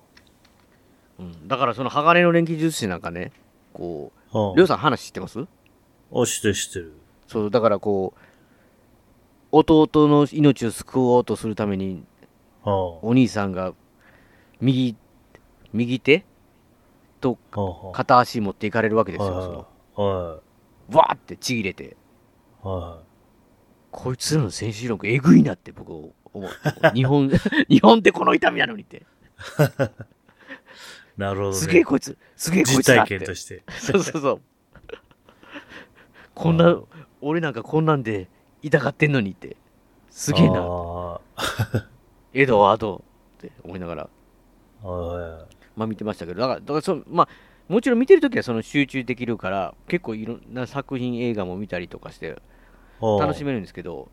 うん、だからその鋼の錬金術師なんかねこあ。はうありょう。さん話知ってますおしてしてる。そうだからこう弟の命を救おうとするためにはあ。お兄さんが右右手とはあはあ。片足持っていかれるわけですよ、そはのいはわーってちぎれて、い。はこいつらの精神力、えぐいなって僕、思って、日本、 <laughs> 日本でこの痛みなのにって、い。なるほどね。すげえこいつ、すげえこい実つらっ体て験、として。そうそうそう、こんな、俺なんかこんなんで痛がってんのにって、すげえあな、ーエドワードって思いながら、はまあ見てましたけど、だから、だからそのまあ、もちろん見てるときはその集中できるから、結構いろんな作品、映画も見たりとかして、いはい。楽しめるんですけど、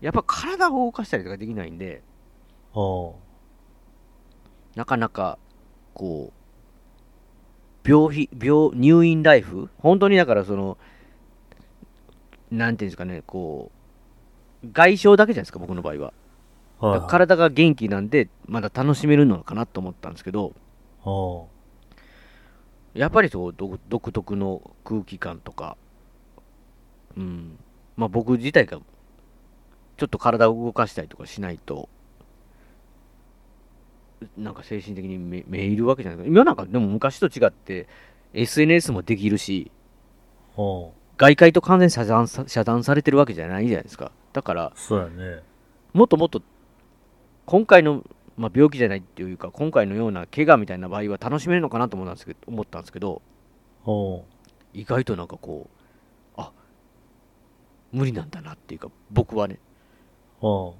やっぱ体を動かしたりとかできないんで、はなかなか、こう、病費、病、入院ライフ、本当にだからその、なんていうんですかね、こう、外傷だけじゃないですか、僕の場合は。あ。はいだから体が元気なんで、まだ楽しめるのかなと思ったんですけど、はやっぱりそう独独特の空気感とか、うんまあ、僕自体がちょっと体を動かしたりとかしないと、なんか精神的にめめいるわけじゃないですか。今なんかでも昔と違って SNS もできるし、あ。はあ。外界と完全に遮断さ遮断されてるわけじゃないじゃないですか。だから、そうやね。もっともっと今回の、まあ、病気じゃないっていうか、今回のような怪我みたいな場合は楽しめるのかなと思ったんですけど、思ったんですけどは意外となんかこうあ無理なんだなっていうか僕はねあ。はっ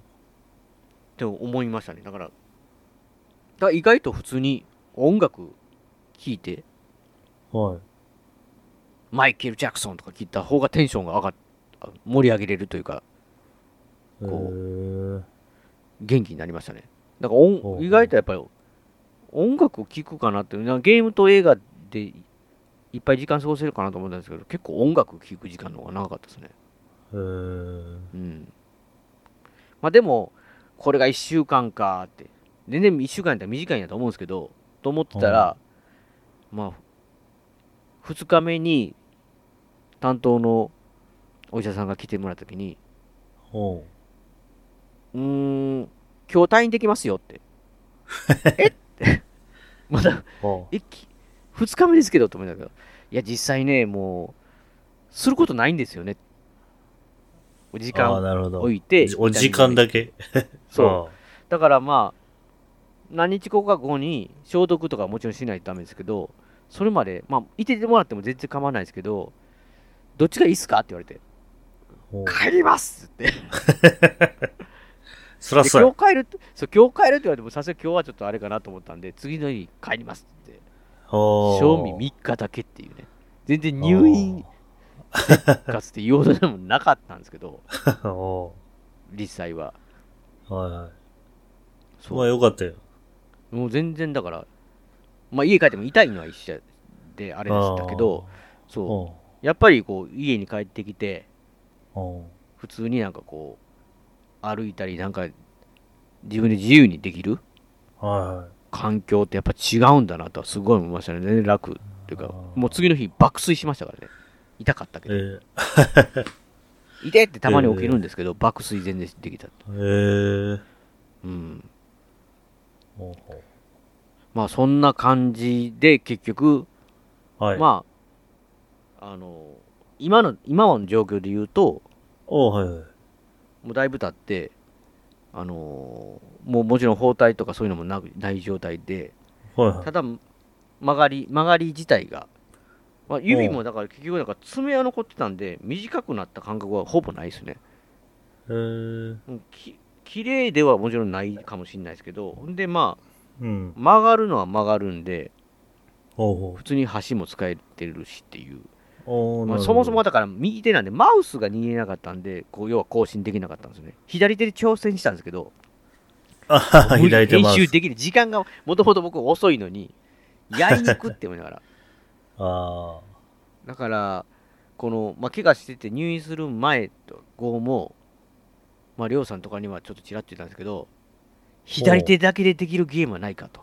て思いましたねだからだから意外と普通に音楽聴いてあ。はい。マイケル・ジャクソンとか聴いた方がテンションが上がっ盛り上げれるというかへー元気になりましたねだから音ほうほう意外とやっぱり音楽を聴くかなってなんかゲームと映画でいっぱい時間過ごせるかなと思ったんですけど結構音楽聴く時間の方が長かったですねへーうん。まあでも、これが1週間かって、全然1週間やったら短いんやと思うんですけど、と思ってたら、まあ、2日目に担当のお医者さんが来てもらったときに、おううーん、今日退院できますよっ <laughs> て。えって。 <laughs> まだ、おうえ、き2日目ですけどって思いながら、いや、実際ね、もう、することないんですよね。時間あーなるほど置いて、お時間だけ。そう。だからまあ、何日後か後に消毒とかもちろんしないとダメですけど、それまで、まあ、いててもらっても全然構わないですけど、どっちがいいっすかって言われて、おう。帰りますって言って、そらでそう今日帰るって、そう、今日帰るって言われても、さすがに今日はちょっとあれかなと思ったんで、次の日帰りますって言って、や。おう賞味3日だけっていうね、全然入院かつって言うほどでもなかったんですけ <laughs> ど、 <laughs> お実際は。うはいはい。そうまあよかったよ。もう全然だから、まあ、家帰っても痛いのは一緒であれでしたけど、あー。そうおうやっぱりこう家に帰ってきて、おう普通になんかこう、歩いたり、なんか、自分で自由にできるは環境ってやっぱ違うんだなとはすごい思いましたね。全然楽っていうか、もう次の日爆睡しましたからね。痛かったけい。えど。ー、痛いってたまに起きるんですけど、爆睡全然できたと。えー、うん。ほうほまあそんな感じで結局、うはい。あ、まあ、あの、今の、今の状況で言うと、おうはいはい。もうだいぶ経って、あのーもうもちろん包帯とかそういうのもなくない状態で、はいはいた。だ曲がり、曲がり自体が、まあ、指もだから結局なんか爪は残ってたんで、短くなった感覚はほぼないですね。えー、うんき綺麗ではもちろんないかもしれないですけど、ほんでまあ、うん。曲がるのは曲がるんで、ほうほ普通に箸も使えてるしっていう、う。おーまあ、なるほどそもそもだから右手なんで、マウスが握れなかったんで、こう要は更新できなかったんですね。左手で挑戦したんですけど、 <laughs> あはは、開いてます。編集できる時間がもともと僕遅いのに、やりにくって思い <laughs> ながら。あだから、この、まあ、怪我してて入院する前と後も、まあ、りょうさんとかにはちょっとちらっと言ったんですけど、左手だけでできるゲームはないかと。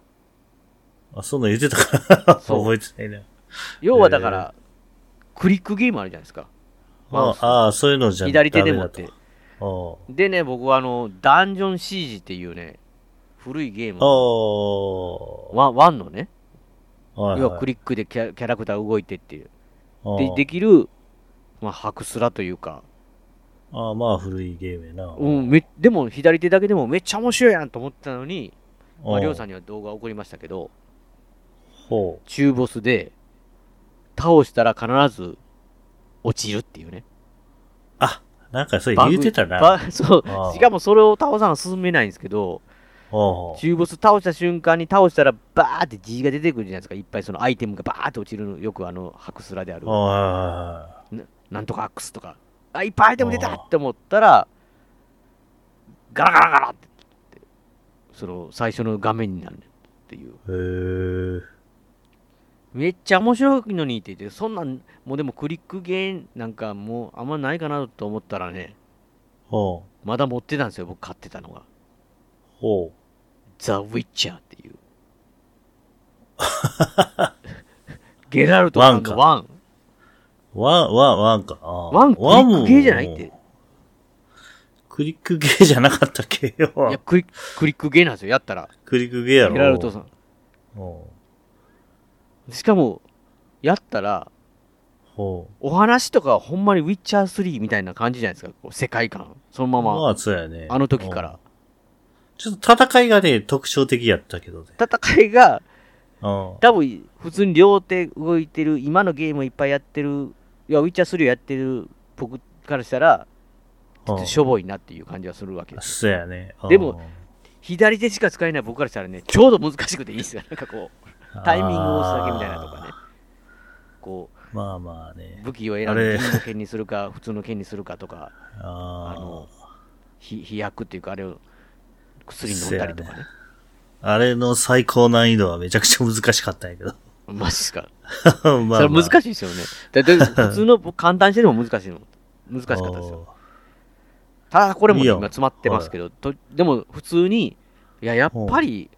ーあ。そんなん言ってたから、そう <laughs> 覚えてないな。要はだから、クリックゲームあるじゃないですか。マウあスあー、そういうのじゃ左手でもっダてメだ。とおうでね、僕はあの、ダンジョンシージっていうね、古いゲーム、おワンワンのね、ーはいはい。要はクリックでキャキャラクター動いてっていう。あでーできる、まあ、白スラというか、ああ、まあ古いゲームやな。うん、めでも左手だけでもめっちゃ面白いやんと思ってたのに、まあ、りょうさんん。には動画を送りましたけど、ほ中ボスで倒したら必ず落ちるっていうね。う。なんかそれバ <laughs> グ言うてたな。ばそうあーしかもそれを倒さな進めないんですけど、ほうほ中ボス倒した瞬間に倒したらバーって字が出てくるじゃないですか。いっぱいそのアイテムがバーって落ちるの、よくあの、白スラであるう。、ほうはななんとかアックスとか、あ、いっぱいアイテム出たって思ったら、ガラガラガラって、その最初の画面になるっていう。いはいはい。へえ。めっちゃ面白いのにって言って、そんなん、もうでもクリックゲーなんかもうあんまないかなと思ったらね、ほう。まだ持ってたんですよ、僕買ってたのが。ほう。ザ・ウィッチャーっていう。ゲラルトさんのワン。ワン、ワン、ワンか。ワワンクリックゲーじゃないって。。いクリックゲーじゃなかったっけ <laughs> よ。やクリック、クリックゲーなんですよ、やったら。クリックゲーやろ。ゲラルトさん。ほしかも、やったら、う。ほう。お話とかはほんまにウィッチャー3みたいな感じじゃないですか、こう世界観。そのまま、まあ、そうやね。あの時かうんら。。ちょっと戦いがね、特徴的やったけどね。戦いが、うん。多分普通に両手動いてる今のゲームをいっぱいやってるいやウィッチャー3をやってる僕からしたらちょっとしょぼいなっていう感じはするわけですそうやね。うんでも、左手しか使えない僕からしたらねちょうど難しくていいですよなんかこうタイミングを押すだけみたいなとかねあこー。まあまあねう。武器を選んあでれ銀の剣にするか普通の剣にするかとかああののひ飛躍っていうかあれを薬飲んだりとかねあれの最高難易度はめちゃくちゃ難しかったんやけど。 <laughs> マジっすかまあ、それは難しいですよねだって普通の <laughs> 僕簡単にしてでも難しいの難しかったですよただこれもねいいよ今詰まってますけど、とでも普通に、いや、やっぱり、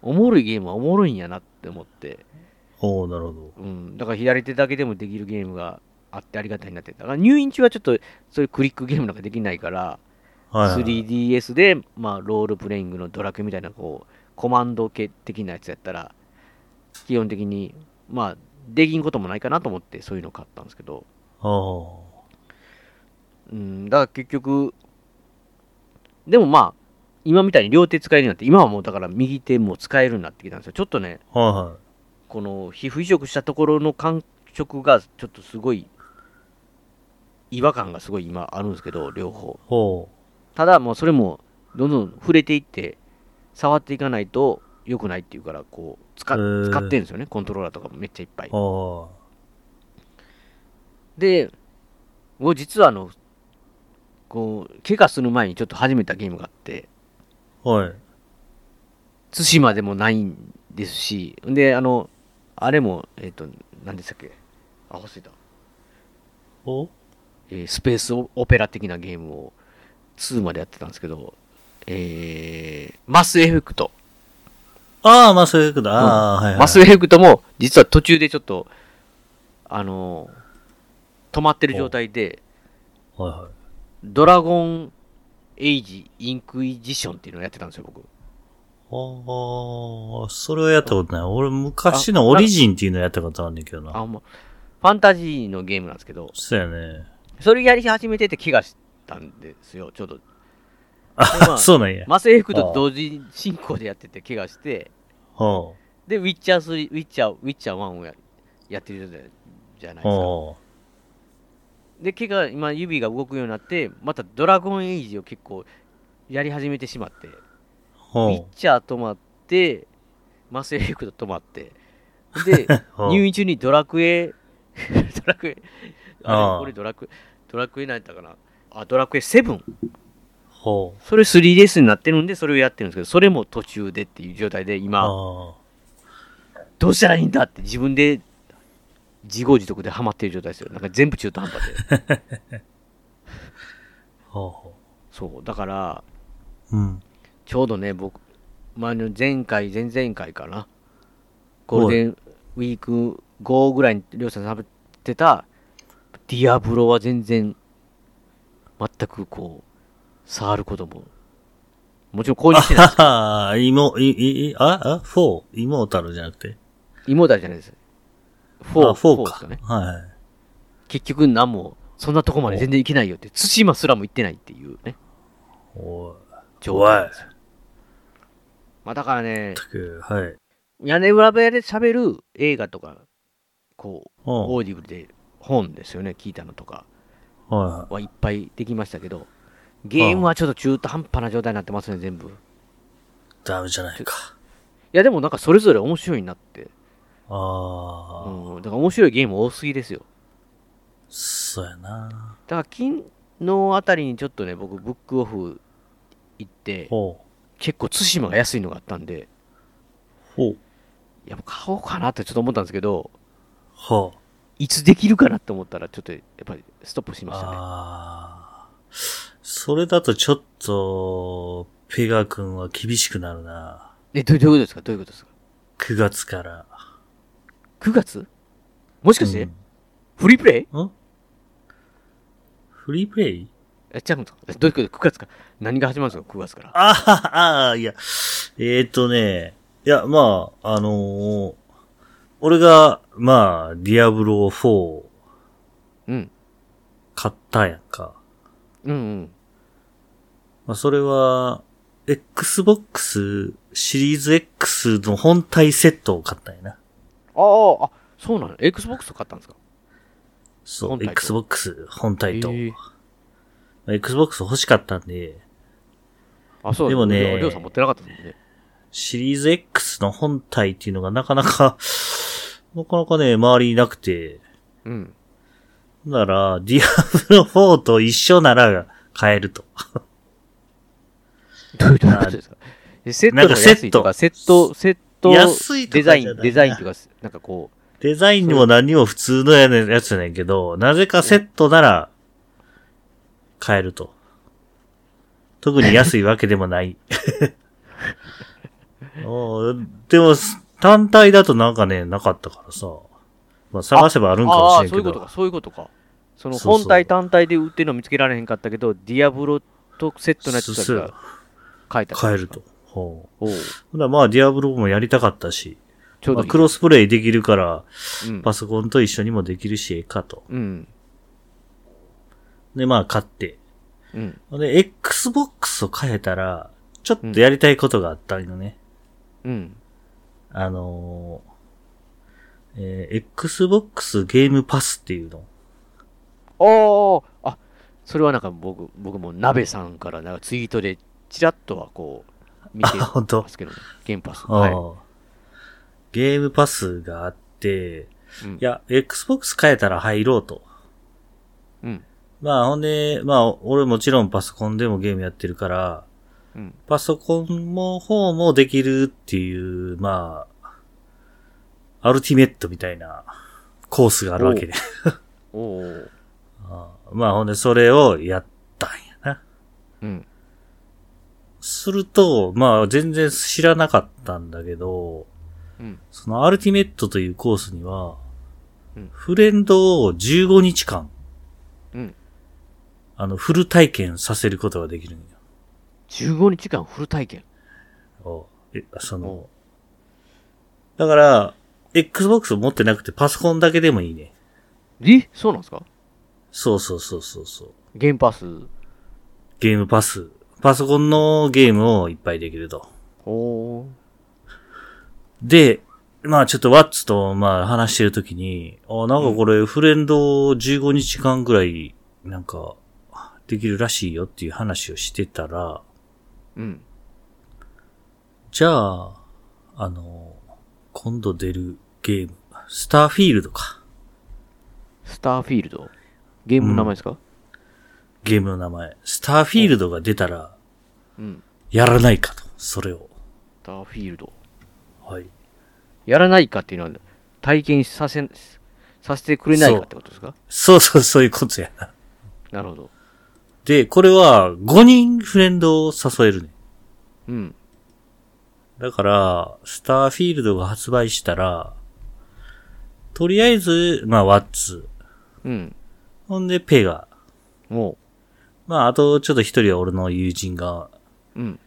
おもろいゲームはおもろいんやなって思って、おおなるほど。うん、だから左手だけでもできるゲームがあってありがたいなって、だから入院中はちょっと、そういうクリックゲームなんかできないから、はい、はい。 3DS で、まあ、ロールプレイングのドラクエみたいな、こう、コマンド系的なやつやったら、基本的に、まあ、できんこともないかなと思って、そういうの買ったんですけど、おうん、だから結局、でもまあ、今みたいに両手使えるようになって、今はもうだから右手も使えるようになってきたんですよ。ちょっとね、ーはこの皮膚移植したところの感触がちょっとすごい、違和感がすごい今あるんですけど、両方い。。ほただもうそれも、どんどん触れていって、触っていかないと良くないっていうから、こう、使へ使ー。。ってるんですよね、コントローラーとかもめっちゃいっぱいうおーで、僕実はあの、こう、怪我する前にちょっと始めたゲームがあって、はい。対馬でもないんですし、で、あの、あれも、えっ、と、何でしたっけあ、忘れた。おえースペースオペラ的なゲームを2までやってたんですけど、えーマスエフェクト。ああ、マスエフェクト。ああ、はい、はい。マスエフェクトも、実は途中でちょっと、あのー止まってる状態で、はいはい。ドラゴンエイジインクイジションっていうのをやってたんですよ、僕。ああ、それはやったことない。俺、昔のオリジンっていうのやったことあるんだけどあ、な。ほんま。ファンタジーのゲームなんですけど、そうやね。それやり始めてて怪我したんですよ、ちょうど。でまあ、あ <laughs> そうなんや。マスエフェクトと同時進行でやってて怪我して、ほで、ウィッチャー3、ウィッチャー、ウィッチャー1をややってるじゃないですうか。ほで、怪我、今指が動くようになって、またドラゴンエイジを結構やり始めてしまって、うウほィッチャー止まって、マスエフェクト止まって、 <laughs> で、う。入院中にドラクエ、 <laughs> ドラクエ、ああれ、あこれドラクエ、ドラクエ何やったかなあ、ドラクエ7。ほう。それ 3DS になってるんで、それをやってるんですけど、それも途中でっていう状態で、今、あどうしたらいいんだって自分で自業自得でハマってる状態ですよ。なんか全部中途半 <laughs> 端で。あ、ほうほそう、だから、う。うん。ちょうどね、僕、前の前回、前々回かな、ゴールデンウィーク後ぐらいに、りょうさん喋ってた、ディアブロは全然、全くこう、触ることも、もちろん購入してない <laughs> はです。は、イモ、い、い、いあ、あ、フォー、イモータルじゃなくて。妹じゃないです。フォあー、フォーですか。ね。はいはい。結局、何も、そんなとこまで全然行けないよって、対馬すらも行ってないっていうね、おい。状態なんですよ。まあだからね、たく、はい。屋根裏部屋で喋る映画とか、こう、おオーディブルで本ですよね、聞いたのとかはいはい。はいっぱいできましたけど、ゲームはちょっと中途半端な状態になってますね、全部。いダメじゃないか。や、でもなんかそれぞれ面白いなって。ああ、うん。だから面白いゲーム多すぎですよ。そうやな。だから昨日あたりにちょっとね、僕、ブックオフ行って、ほ結構対馬が安いのがあったんで、う。ほう。いや、もう買おうかなってちょっと思ったんですけど、ほう。いつできるかなって思ったら、ちょっとやっぱりストップしましたね。ああ。それだとちょっと、ペガ君は厳しくなるな。え、どうどういうことですかどういうことですか9月から。 ?9 月もしかして、うんフリープレイんフリープレイえ、ちゃうんですかどういうこと ?9 月か。何が始まるんですか ?9 月から。ああ、ああ、いや。えー、っとね、いや、まあ、あのー俺が、まあ、ディアブロ4うん。買ったやんか。うんうん。まあ、それは、Xbox シリーズ X の本体セットを買ったんやな。ああ、あ、そうなの ?Xbox を買ったんですかそう本、体と Xbox 本体と。ええまあ Xbox 欲しかったんで、あ、そうでもねりょうさん持ってなかったですもんね。シリーズ X の本体っていうのがなかなか、 <laughs> なかなかね、周りになくて、うん。なら、ディアブロ4と一緒なら買えると。どういうどういうことですかえセッなんトかがセット安いとか、セット、セット、安いとかデじゃザないイン、デザインというか、なんかこう、デザインにも何にも普通のやねやつやねんけど、なぜかセットなら買えると。特に安いわけでも <laughs> ない。おーでも、単体だとなんかね、なかったからさ。まあ、探せばあるんかもあしあ、れんそういけうことどか、。そういうことか。そのそうそう本体単体で売ってるの見つけられへんかったけど、ディアブロとセットのやつそだうったら買えた。買える。と。ほう。おうほなまあ、ディアブロもやりたかったし、ちょうまどあいいクロスプレイできるから、うんパソコンと一緒にもできるし、ええかと。うん。で、まあ、買って。うん。で、Xbox を変えたら、ちょっとやりたいことがあったんよね。うん。あのー、えー Xbox ゲームパスっていうの。おーあそれはなんか僕僕も鍋さんからなんかツイートでちらっとはこう見てあ本当ますけどね、ゲームパス。あはーゲームパスがあって、い。うんい、や、Xbox 変えたら入ろうと。うん。まあ、ほんで、まあ、俺もちろんパソコンでもゲームやってるから、うん。パソコンも方もできるっていう、まあ、アルティメットみたいなコースがあるわけで。おーあまあほんでそれをやったんやな。うん。すると、まあ全然知らなかったんだけど、うんそのアルティメットというコースには、うんフレンドを15日間、うんあの、フル体験させることができるんよ。 15日間フル体験。おえそのお、だから、Xbox を持ってなくてパソコンだけでもいいね。えそうなんですかそうそうそうそうそう。ゲームパス。ゲームパス。パソコンのゲームをいっぱいできると。おー。で、まあちょっとワッツとまあ話してるときに、あなんかこれフレンドを15日間ぐらいなんかできるらしいよっていう話をしてたら、うん。じゃあ、あの、今度出るゲーム、スターフィールドか。スターフィールド。ゲームの名前ですか、ゲームの名前。スターフィールドが出たら、うん。やらないかと。それを。スターフィールド。はい。やらないかっていうのは、体験させ、させてくれないかってことですかそうそう、そういうことやな。なるほど。で、これは5人フレンドを誘えるね。うん。だから、スターフィールドが発売したら、とりあえず、まあ、ワッツ。うん。ほんで、ペガ。もまあ、あと、ちょっと一人は俺の友人がう、うん。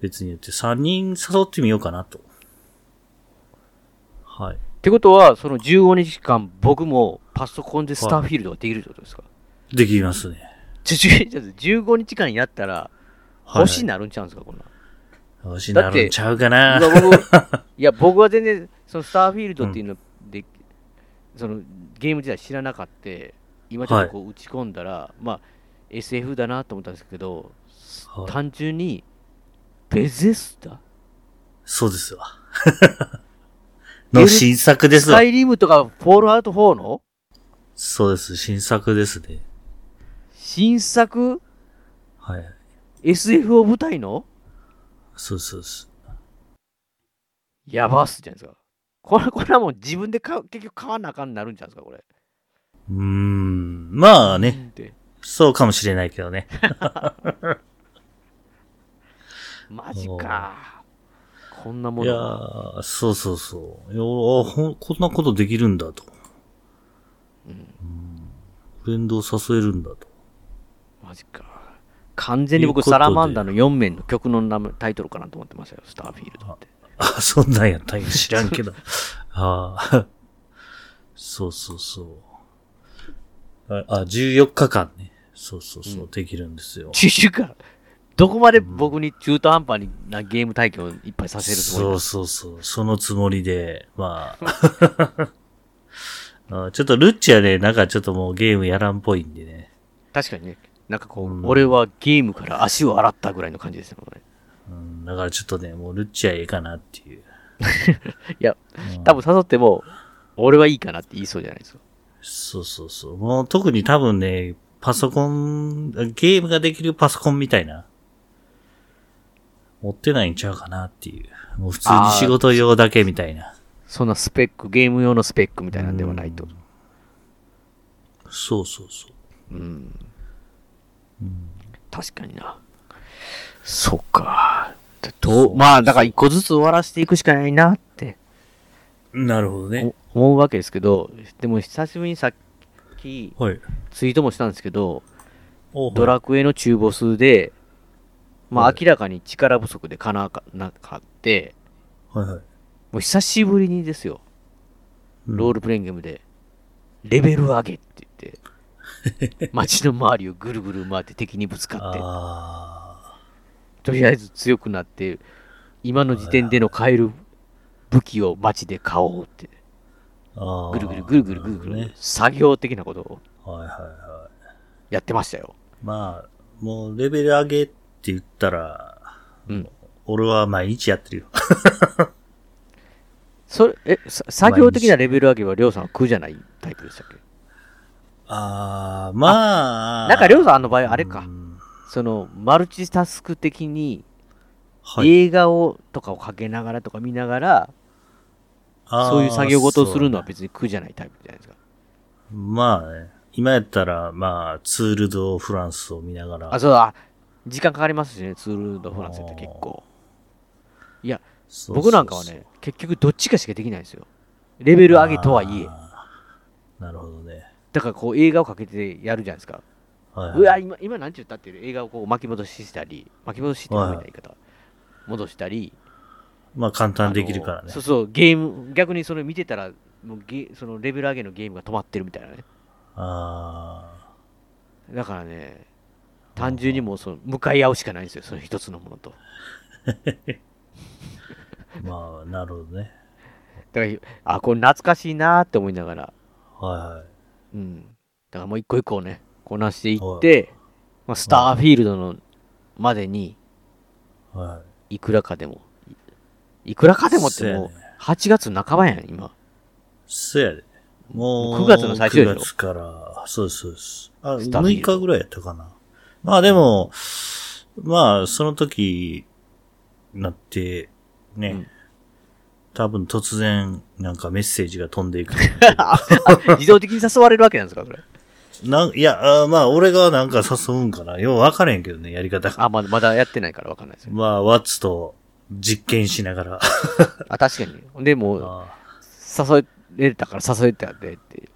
別に言って、3人誘ってみようかなと。はい。ってことは、その15日間、僕もパソコンでスターフィールドができるってことですか、できますね。ちょちょちょ15日間やったら、はい星になるんちゃうんですか、こんなん。星になるんちゃうかな。 <laughs> 僕はいや、僕は全然、そのスターフィールドっていうので、そのゲーム自体知らなかった。今ちょっとこう打ち込んだら、まあ、SF だなと思ったんですけど、はい単純に、ベゼスタそうです <laughs> わ。の新作ですスカわ。イリムとかフォールアウト4のそうです。新作ですね。新作はい。 SF を舞台のそうそうです。やばっすじゃないですか。これ、これはもう自分で買う結局買わなあかんなるんじゃないですか、これ。うーん。まあね。でそうかもしれないけどね。マジか。こんなもいやの。ー、そうそうそう。いやあほんこんなことできるんだと。うん。フレンドを誘えるんだと。マジか。完全にとい僕、うことでサラマンダの4面の曲の名前タイトルかなと思ってましたよ、スターフィールドって。あ、そんなんやったんや。知らんけ <laughs> ど。ああ。そうそうそう。あ、あ14日間ね。そうそうそう。できるんですよ。中週間、どこまで僕に中途半端になゲーム体験をいっぱいさせるつもそうそうそう。そのつもりで、まあ。 <laughs> あちょっとルッチはね、なんかちょっともうゲームやらんぽいんでね。り確かにね、なんかこう、うん俺はゲームから足を洗ったぐらいの感じですね、これ。うん、だからちょっとね、もうルッチはええかなっていう。いや、多分誘っても、俺はいいかなって言いそうじゃないですか。そうそうそう。もう特に多分ね、パソコン、ゲームができるパソコンみたいな。持ってないんちゃうかなっていう。もう普通に仕事用だけみたいな。そんなスペック、ゲーム用のスペックみたいなんではないと。そうそうそう。確かにな。そうか。どうまあ、だから一個ずつ終わらせていくしかないなってなるほどねお。思うわけですけど、でも久しぶりにさっきはい。ツイートもしたんですけど、おドラクエの中ボスで、まあ明らかに力不足でかなかなかって、はいはい。もう久しぶりにですよ、うんロールプレイングゲームで、レベル上げって言っ <laughs> て、街の周りをぐるぐる回って敵にぶつかって、あとりあえず強くなって、今の時点での買える武器を街で買おうって、ーあー。ぐるぐるぐるぐるぐるぐなるる、作業的なことをほどね。はいはいはやってましたよ。い。まあ、もうレベル上げって言ったら、うん俺は毎日やって <laughs> るよ。それ、え、さ作業的なレベル上げはりょうさんは苦じゃないタイプでしたっけああ、まあ。なんかりょうさんあの場合あれかう、んその、マルチタスク的にはい。映画をとかをかけながらとか見ながら、あーそういう作業事をするのは別に苦じゃないタイプじゃないですか。そうまあね。今やったら、まあ、ツール・ド・フランスを見ながら。あ、そうだ。時間かかりますしね、ツール・ド・フランスって結構。いや、そうそうそう僕なんかはね、結局どっちかしかできないんですよ。レベル上げとはいえ。あーなるほどね。だからこう映画をかけてやるじゃないですか。はいはいうわ、今、今なんて言ったっていう映画をこう巻き戻ししたり、巻き戻しっていうのみたいな言い方。戻したり。まあ、簡単にできるからあねのそ。うそう、ゲーム、逆にそれ見てたら、もうゲそのレベル上げのゲームが止まってるみたいなね。あだからね、単純にもうその向かい合うしかないんですよ、その一つのものと。あ、まあ、なるほどね。だから、あ、これ懐かしいなーって思いながら、はいはい。うん。だからもう一個一個をね、こなしていって、まあ、スターフィールドのまでに、はいくらかでも、いいくらかでもってもそうやねう、8月半ばやん、今。 <laughs> い。そやで。もう、 9月の最終でしょ9月から、そうです、そうです。あ、スタビ6ール日ぐらいやったかな。まあでも、まあ、その時、なって、ね、うん多分突然、なんかメッセージが飛んでいく。 <laughs> あ自動的に誘われるわけなんですか、そ <laughs> れ。なんいや、あまあ、俺がなんか誘うんかな。よう分からへんけどね、やり方が。あ、まだ、まだやってないからわかんないですよ。まあ、ワッツと実験しながら。あ、確かに。でも、ああ誘えたから誘えたんでって。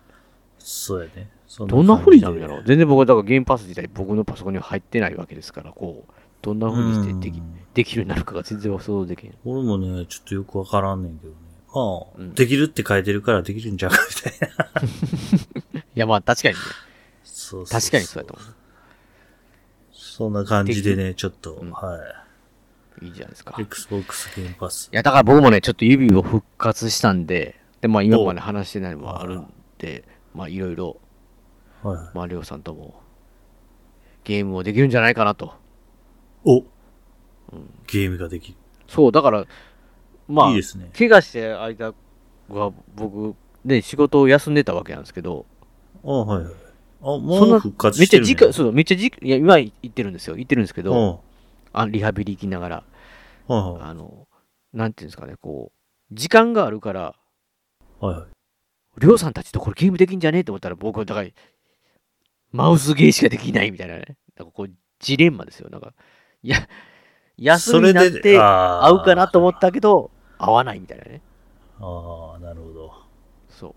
そうやね。そどんな風にな感るんやじろで全然僕は、だからゲームパス自体僕のパソコンには入ってないわけですから、こう、どんな風にしてできうんできるようになるかが全然想像できへん。俺もね、ちょっとよくわからんねんけどね。まうあ、んできるって書いてるからできるんじゃんかみたいな。 <laughs> いや、まあ確かにね。そうそう確かにそうやと思そんな感じでね、ちょっと、うんはう。いいじゃないですか。い。Xbox ゲームパスい。や、だから僕もね、ちょっと指を復活したんで、で、まあ今まで話してないのもあるんで、まあいろいろ、はいはい。まありょうさんとも、ゲームをできるんじゃないかなと。おゲームができる。そう、だから、まあ、いいですね怪我してる間は僕、ね、仕事を休んでたわけなんですけど、あはいはい。あ、そんもなう復活めっしちてゃる、ね。時間、そう、めっちゃ時間、いや、今行ってるんですよ。行ってるんですけうん。ど、あリハビリ行きながら、はいはあの、なんていうんですかね、こう、時間があるから、い。はいはい。りょうさんたちとこれゲームできんじゃねえと思ったら僕はだからマウスゲーしかできないみたいなね。なんかこうジレンマですよ。なんか、いや、休みになって合合うかなと思ったけど、合わないみたいなね。ああ、なるほど。そ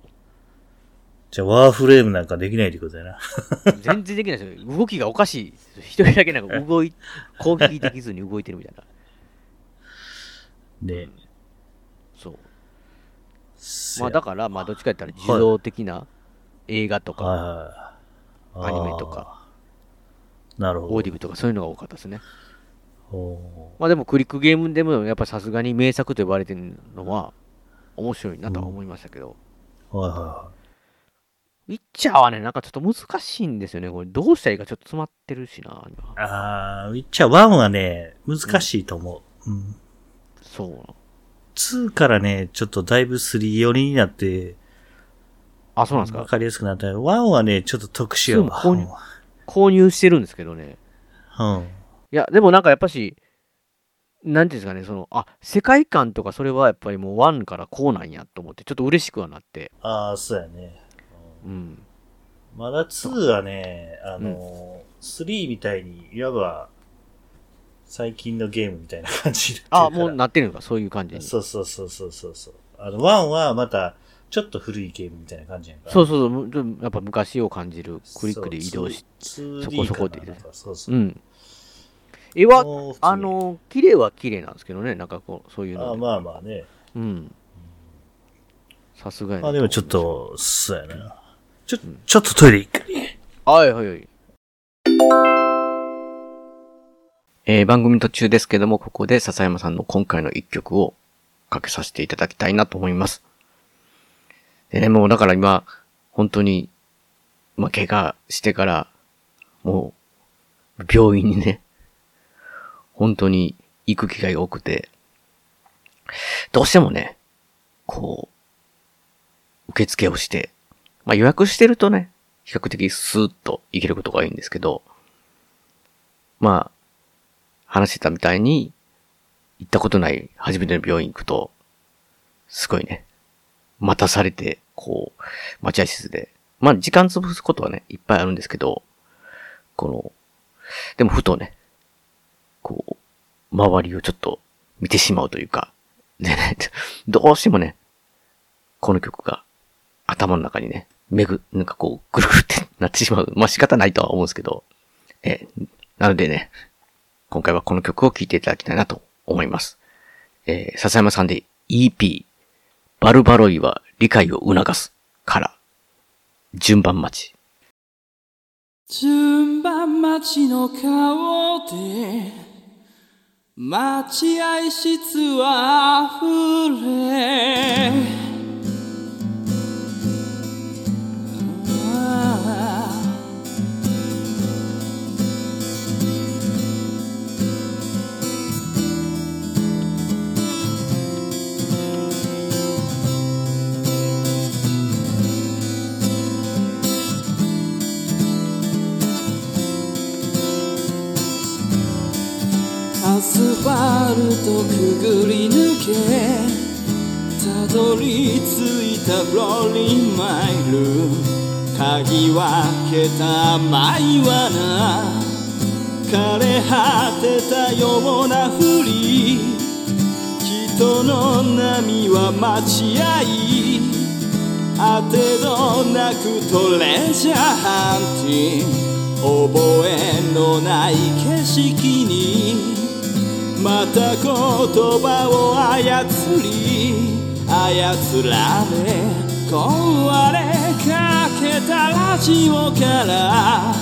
じゃあ、ワーフレームなんかできないってことや <laughs> な。う。全然できないですよ。動きがおかしい。一人だけなんか動 <laughs> い、攻撃できずに動いてるみたいな。ね。そう。せまやあだから、まあどっちか言ったら受動的な映画とか、はいはいはい。アニメとかあー。なるほど。オーディブとかそういうのが多かったですね。おまあでもクリックゲームでもやっぱさすがに名作と呼ばれてるのは面白いなとは思いましたけど、ーはいはいはウィッチャーはね、なんかちょっと難しいんですよね。これどうしたらいいかちょっと詰まってるしな、今い。あー、ウィッチャー1はね、難しいと思う。うん。そう。 2からね、ちょっとだいぶ3寄りになって、あ、そうなんですわか。かりやすくなった。1はね、ちょっと特殊やわ。 2も購入してるんですけどね。うん。うんいや、でもなんかやっぱし、なんていうんですかね、その、あ、世界観とかそれはやっぱりもう1からこうなんやと思って、ちょっと嬉しくはなって。ああ、そうやね。うん。まだ2はね、あのー、3みたいに、いわば、最近のゲームみたいな感じになってるからあ、もうなってるのか、そういう感じに。そうそうそうそうそうそうそう。あの、1はまた、ちょっと古いゲームみたいな感じやんか。そうそうむちょ、やっぱ昔を感じる、クリックで移動しそうそ 2D こそこでかななんかそうそうう。ん。絵は、もう普通にあ、の、綺麗は綺麗なんですけどね、なんかこう、そういうのあで。まあまあね。うん。さすがに。まあでもちょっ。と、そうやな。ちょ、ちょっとトイレ行く。はいはいはい。えー番組途中ですけども、ここで笹山さんの今回の一曲をかけさせていただきたいなと思います。でね、もうだから今、本当に、まあ、怪我してから、もう、病院にね、本当に行く機会が多くて、どうしてもね、こう、受付をして、まあ、予約してるとね、比較的スーッと行けることがいいんですけど、まあ、話してたみたいに、行ったことない初めての病院行くと、すごいね、待たされて、こう、待合室でまあ、時間潰すことはね、いっぱいあるんですけど、この、でもふとね、こう、周りをちょっと見てしまうというか、でね、 <laughs> どうしてもね、この曲が頭の中にね、めぐ、なんかこう、ぐるぐるってなってしまう。まあ仕方ないとは思うんですけど、え、なのでね、今回はこの曲を聴いていただきたいなと思います。えー笹山さんで EP、バルバロイは理解を促すから、順番待ち。順番待ちの顔で待合室は溢れああアスファルトくぐり抜けたどり着いたローリンマイル鍵は開けた甘い罠枯れ果てたようなふり人の波は待ち合い当てどなくトレジャーハンティング覚えのない景色にまた言葉を操り操られ壊れかけたラジオから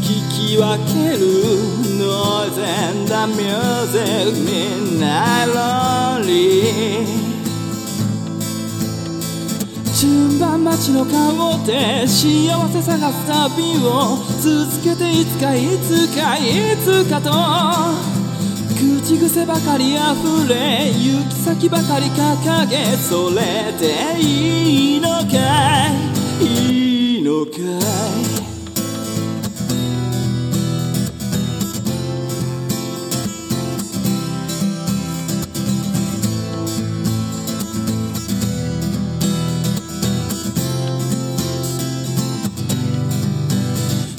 聞き分けるノイズ and the music midnight lonely 順番待ちの顔で幸せ探す旅を続けていつかいつかいつかと口癖ばかり溢れ行き先ばかり掲げそれでいいのかいいいのかい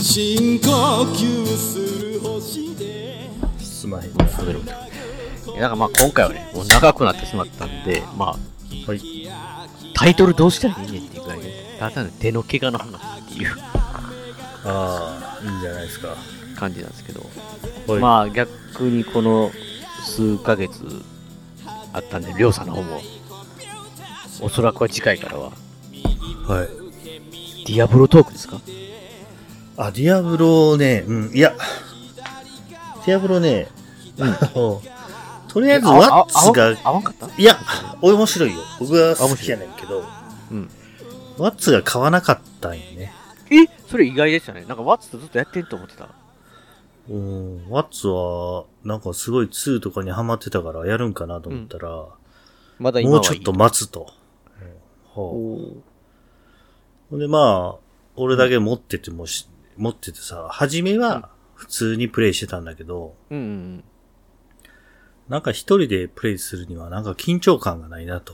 深呼吸する星ですまへん。食べるみたいないや。だからまあ今回はね、もう長くなってしまったんで、まあ、はい。タイトルどうしたらいいねんっていうぐらいね、ただの手の怪我の話っていうああ、いいんじゃないですか。感じなんですけど、はい。まあ逆にこの数ヶ月あったんで、りょうさんの方も、おそらくは次回からは、はい。ディアブロトークですかあ、ディアブロね、うん、いや、ディアブロね、 <laughs> あの、とりあえずああワッツが、合わんかったいや、俺面白いよ。僕は好きやねんけど、うん。ワッツが買わなかったんよね。えそれ意外でしたね。なんかワッツとずっとやってんと思ってた。うん、ワッツは、なんかすごい2とかにハマってたからやるんかなと思ったら、まだ今はもうちょっと待つと。うんおほうーほんでまあ、俺だけ持っててもし、持っててさ、初めは普通にプレイしてたんだけど、うんうんなんか一人でプレイするにはなんか緊張感がないなと。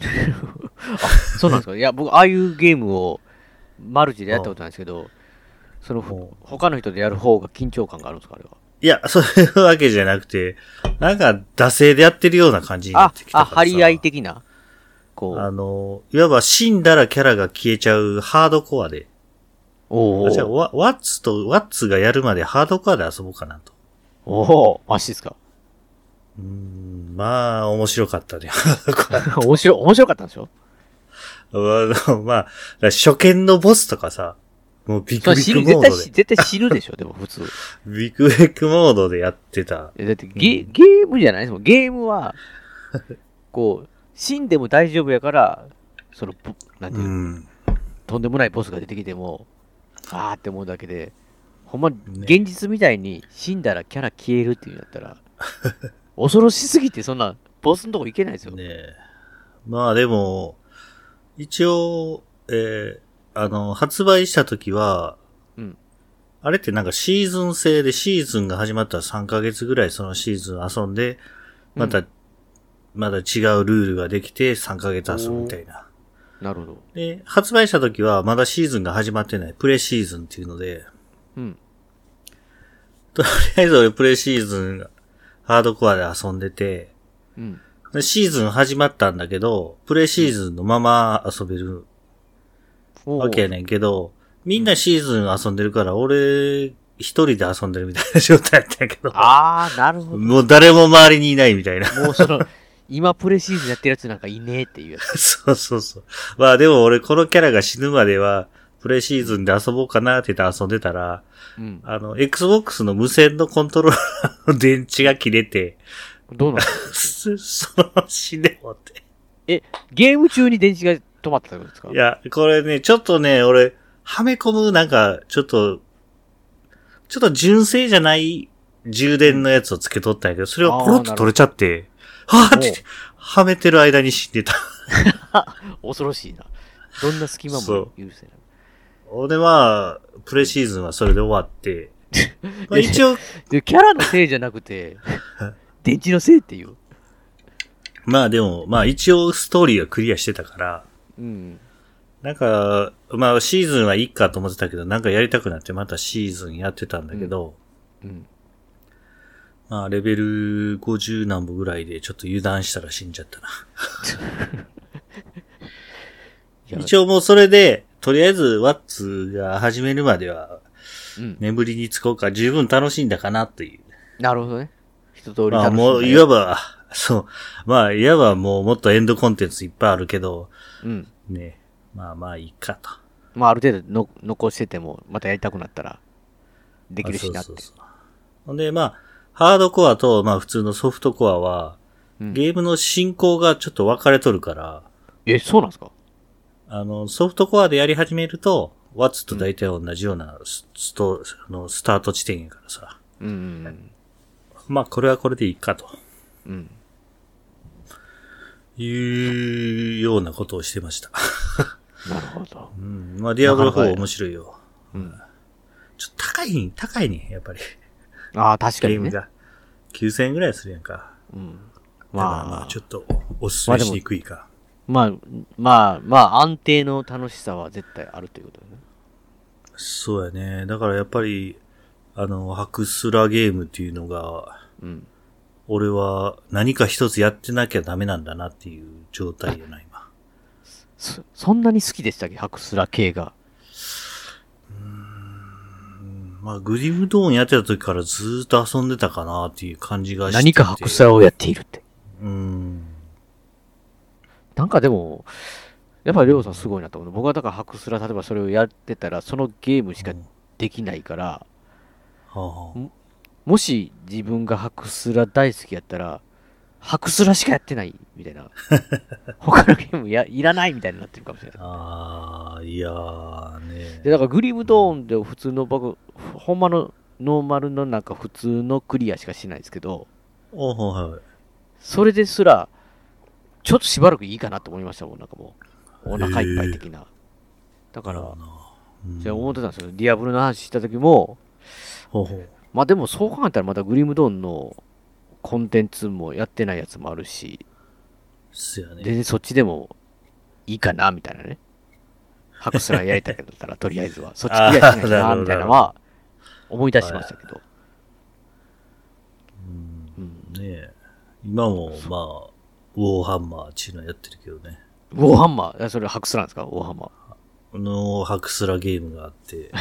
うん。そうなんですか。いや、僕、ああいうゲームをマルチでやったことないんですけど、そのほう、他の人でやる方が緊張感があるんですか、あれは。いや、 <laughs> そういうわけじゃなくて、なんか惰性でやってるような感じになあってき、たからあ、さ。張り合い的な。こあう、の、いわば死んだらキャラが消えちゃうハードコアで。おあじゃあ、ーワワッツと、ワッツがやるまでハードコアで遊ぼうかなと。おー、マジですか。 <laughs> うーん、まあ、面白かったね。 <laughs> ハードコア面白い、面白かったんでしょあのまあ、だから初見のボスとかさ、もうビそクれビ死クぬ、モ絶対ード死、で、絶対死ぬでしょ、でも普通。ビクビクモードでやってた。えだってゲゲームじゃないですもん。ゲーム <laughs> は、こう、死んでも大丈夫やから、その、ぼなんてういう、ん。とんでもないボスが出てきても、あーって思うだけで、ほんま、ね現実みたいに死んだらキャラ消えるっていうんだった <laughs> ら、恐ろしすぎて、そんな、ボスのとこ行けないですよ。ねえまあでも、一応、えーあの、発売した時は、うんあれってなんかシーズン制でシーズンが始まったら3ヶ月ぐらいそのシーズン遊んで、また、うまた違うルールができて3ヶ月遊ぶみたいな。なるほど。で、発売した時はまだシーズンが始まってない、プレシーズンっていうので、うん。とりあえず俺プレシーズン、ハードコアで遊んでて、うん。でシーズン始まったんだけど、プレシーズンのまま遊べるおわけやねんけど、みんなシーズン遊んでるから、俺、一人で遊んでるみたいな状態やったんやけど、ああ、なるほど。もう誰も周りにいないみたいな。 <laughs> もうその、今プレシーズンやってるやつなんかいねえっていうやつ。そうそうそう。まあでも俺このキャラが死ぬまでは、プレシーズンで遊ぼうかなって言って遊んでたら、うん。あの、Xbox の無線のコントローラーの電池が切れて、 <laughs> どうなのそその死ねもって。ゲーム中に電池が止まってたってことですかいや、これね、ちょっとね、俺、はめ込むなんか、ちょっと、ちょっと純正じゃない充電のやつをつけとったんやけど、それがポロッと取れちゃって、はぁって言って、はめてる間に死んでた。恐ろしいな。どんな隙間も許せない。俺は、プレシーズンはそれで終わって、まあ一応、で、キャラのせいじゃなく <laughs> て、電池のせいっていう。まあでも、まあ一応ストーリーはクリアしてたから、うん。なんか、まあシーズンはいいかと思ってたけど、なんかやりたくなってまたシーズンやってたんだけど、うん。まあレベル50何歩ぐらいでちょっと油断したら死んじゃったな。 <laughs> いや一応もうそれで、とりあえずワッツが始めるまではうん。眠りにつこうか十分楽しんだかなという。なるほどね。一通りまあ楽しんだよもういわば、 <laughs> そう、まあいわばもうもっとエンドコンテンツいっぱいあるけど、うん。ね、まあまあいいかと。まあ、ある程度の残してても、またやりたくなったら、できるしなって。あそうそうそうほんで、まあ、ハードコアと、まあ普通のソフトコアは、うんゲームの進行がちょっと分かれとるから、え、そうなんですかあの、ソフトコアでやり始めると、ワッツと大体同じようなス,、トあのスタート地点やからさ。うんうんまあ、これはこれでいいかと。うん。うん。いうようなことをしてました。なるほど。うん。まあ、ディアブロなかなか4や面白いよ。うん。ちょっと高い、高いね、やっぱり。ああ、確ゲかーにムね。が。9000円ぐらいするやんか。うん。まあ、ままあ、あち、ょっとおすすめしにくいか。まあ、まあ、まあ、安定の楽しさは絶対あるということだね。そうやね。だからやっぱり、あの、ハクスラゲームっていうのが、うん。俺は何か一つやってなきゃダメなんだなっていう状態やな、今。そそんなに好きでしたっけハクスラ系が。まあ、グリムドーンやってた時からずーっと遊んでたかなっていう感じがしてて何かハクスラをやっているって。うん。なんかでも、やっぱりりょうさんすごいなと思う。僕はだからハクスラ、例えばそれをやってたら、そのゲームしかうんできないから、はあはあもし自分がハクスラ大好きやったら、ハクスラしかやってないみた <laughs> いな。他のゲームやいらないみたいになってるかもしれない。あー、いやーで、ね。だからグリムドーンで普通の僕、ほんまのノーマルのなんか普通のクリアしかしないですけど、おほはい。それですら、ちょっとしばらくいいかなと思いましたもん、なんかもう。お腹いっぱい的な。だかなら、うんじゃあ思ってたんですよ。ディアブロの話した時も、ほうほうまあでもそう考えたらまたグリムドーンのコンテンツもやってないやつもあるし、すやね。全然そっちでもいいかな、みたいなね。ハクスラーやりたいんだったら、と <laughs> りあえずは。そっちクリアしないとあな、ーみたいなのは思い出しましたけど。うんうんねえ今も、まあ、ウォーハンマーっていうのやってるけどね。ウォーハンマー、あそれハクスラーですかウォーハンマー。のハクスラゲームがあって、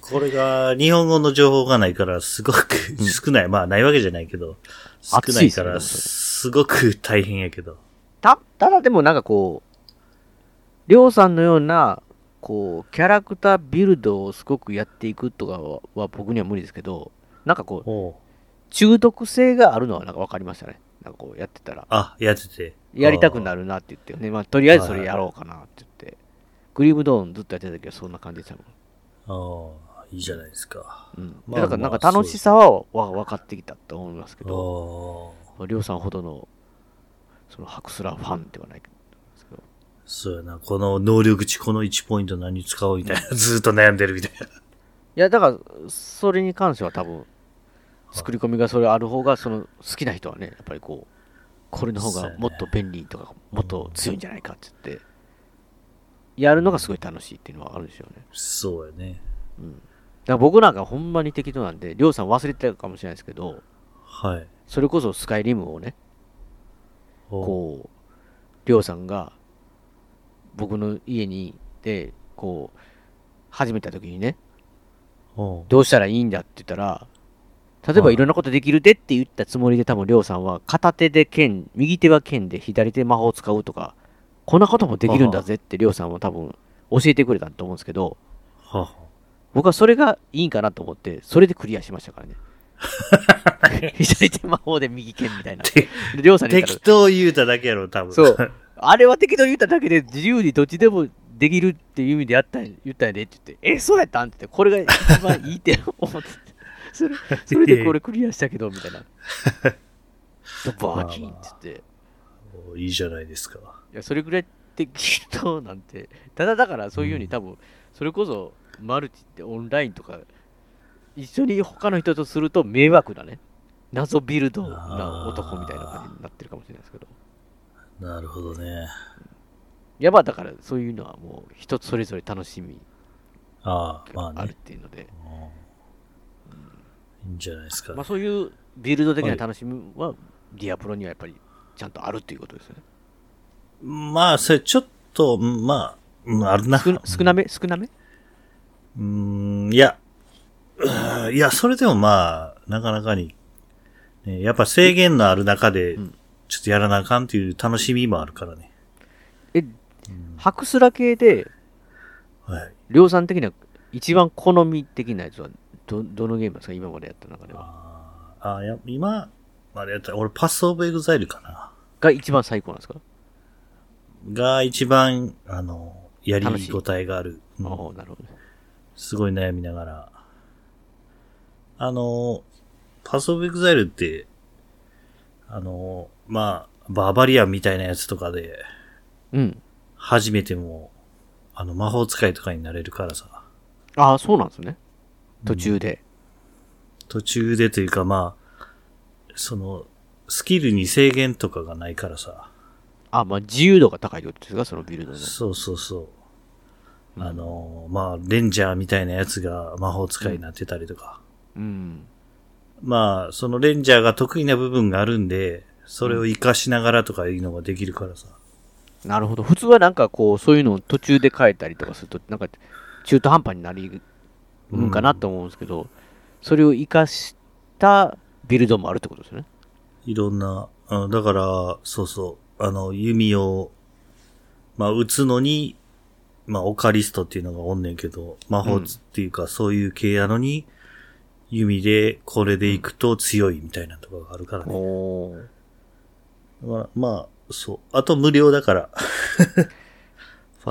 これが日本語の情報がないからすごく少ない。まあないわけじゃないけど、少熱ないっいすかよねらすごく大変やけど。た、ただでもなんかこう、りょうさんのような、こう、キャラクタービルドをすごくやっていくとかはは僕には無理ですけど、なんかこう、中毒性があるのはなんか分かりましたね。なんかこうやってたら、あ、やってて。やりたくなる。るなって言ってね、まあとりあえずそれやろうかなって言って、グリームドーンずっとやってた時はそんな感じでしたもん。ああ、いいじゃないですか。うん。でまあだからなんまかあ楽しさはわ分かってきたと思いますけあど、あ、りょうさんほどの、そのハクスラファンではないですけど、そうやな。この能力値、この1ポイント何使おうみたいな。ずーっと悩んでるみたいな。いや、だから、それに関しては多分、作り込みがそれある方が、その好きな人はね、やっぱりこう、これの方がもっと便利とか、もっと強いんじゃないかって言って、やるのがすごい楽しいっていうのはあるでしょうね。そうやだね。から僕なんかほんまに適当なんで、りょうさん忘れてたかもしれないですけど、はい。それこそスカイリムをね、おこう、りょうさんが僕の家にで、こう、始めた時にね、おどうしたらいいんだって言ったら、例えばはいいろんなことできるでって言ったつもりで多分りょうさんは片手で剣、右手は剣で左手魔法を使うとか、こんなこともできるんだぜってりょうさんは多分教えてくれたと思うんですけど、はは。僕はそれがいいんかなと思って、それでクリアしましたから <laughs> ね。左手魔法で右剣みたいな。てでりょうさんに言った適ら当言うただけやろ、多分。そう。 <laughs> あれは適当に言っただけで、自由にどっちでもできるっていう意味でやったん言ったんやでって言って、え、そうやったんって言って、これが一番いいって思 <laughs> って、それそれでこれクリアしたけど、みたいな。ドバーキンって言って、 <laughs> おいいじゃないですか。いや、それぐらい適当なんて、ただだからそういうように多分、それこそマルチってオンラインとか、一緒に他の人とすると迷惑だね。謎ビルドな男みたいな感じになってるかもしれないですけど。なるほどね。いやばだからそういうのはもう人それぞれ楽しみああ、まああるっね。ていうので、いいんじゃないですか。まあ、そういうビルド的な楽しみはディアプロにはやっぱりちゃんとあるっていうことですよね。まあ、それちょっと、うんまあ、うんあるな。少な少なめ少なめうーん、いや、うーんいや、それでもまあ、なかなかに、ね、やっぱ制限のある中で、ちょっとやらなあかんっていう楽しみもあるからね。え、ハクスラ系ではい。量産的な一番好み的なやつはどどのゲームなんですか今までやった中では。ああ、いや、今、あれやったら、俺パスオブエグザイルかな。が一番最高なんですか、が一番、あの、やり楽しいごたえがある。うんああ、なるほどね。すごい悩みながら。あの、パスオブエグザイルって、あの、まあ、バーバリアンみたいなやつとかで、うん。初めても、あの、魔法使いとかになれるからさ、ああ、そうなんですね。途中で。途中でというかまあ、その、スキルに制限とかがないからさ、あまあ自由度が高いってことですかそのビルドの。そうそうそう。あの、まあ、レンジャーみたいなやつが魔法使いになってたりとか。うん。まあ、そのレンジャーが得意な部分があるんで、それを活かしながらとかいうのができるからさ。なるほど。普通はなんかこう、そういうのを途中で変えたりとかすると、なんか中途半端になりるんかなと思うんですけど、それを活かしたビルドもあるってことですね。いろんな、あだから、そうそう、あの、弓を、まあ、撃つのに、まあ、オカリストっていうのがおんねんけど、魔法つっていうか、そういう系やのに、弓で、これで行くと強いみたいなとこがあるからね。おーだからまあ、そう。あと無料だから。ファ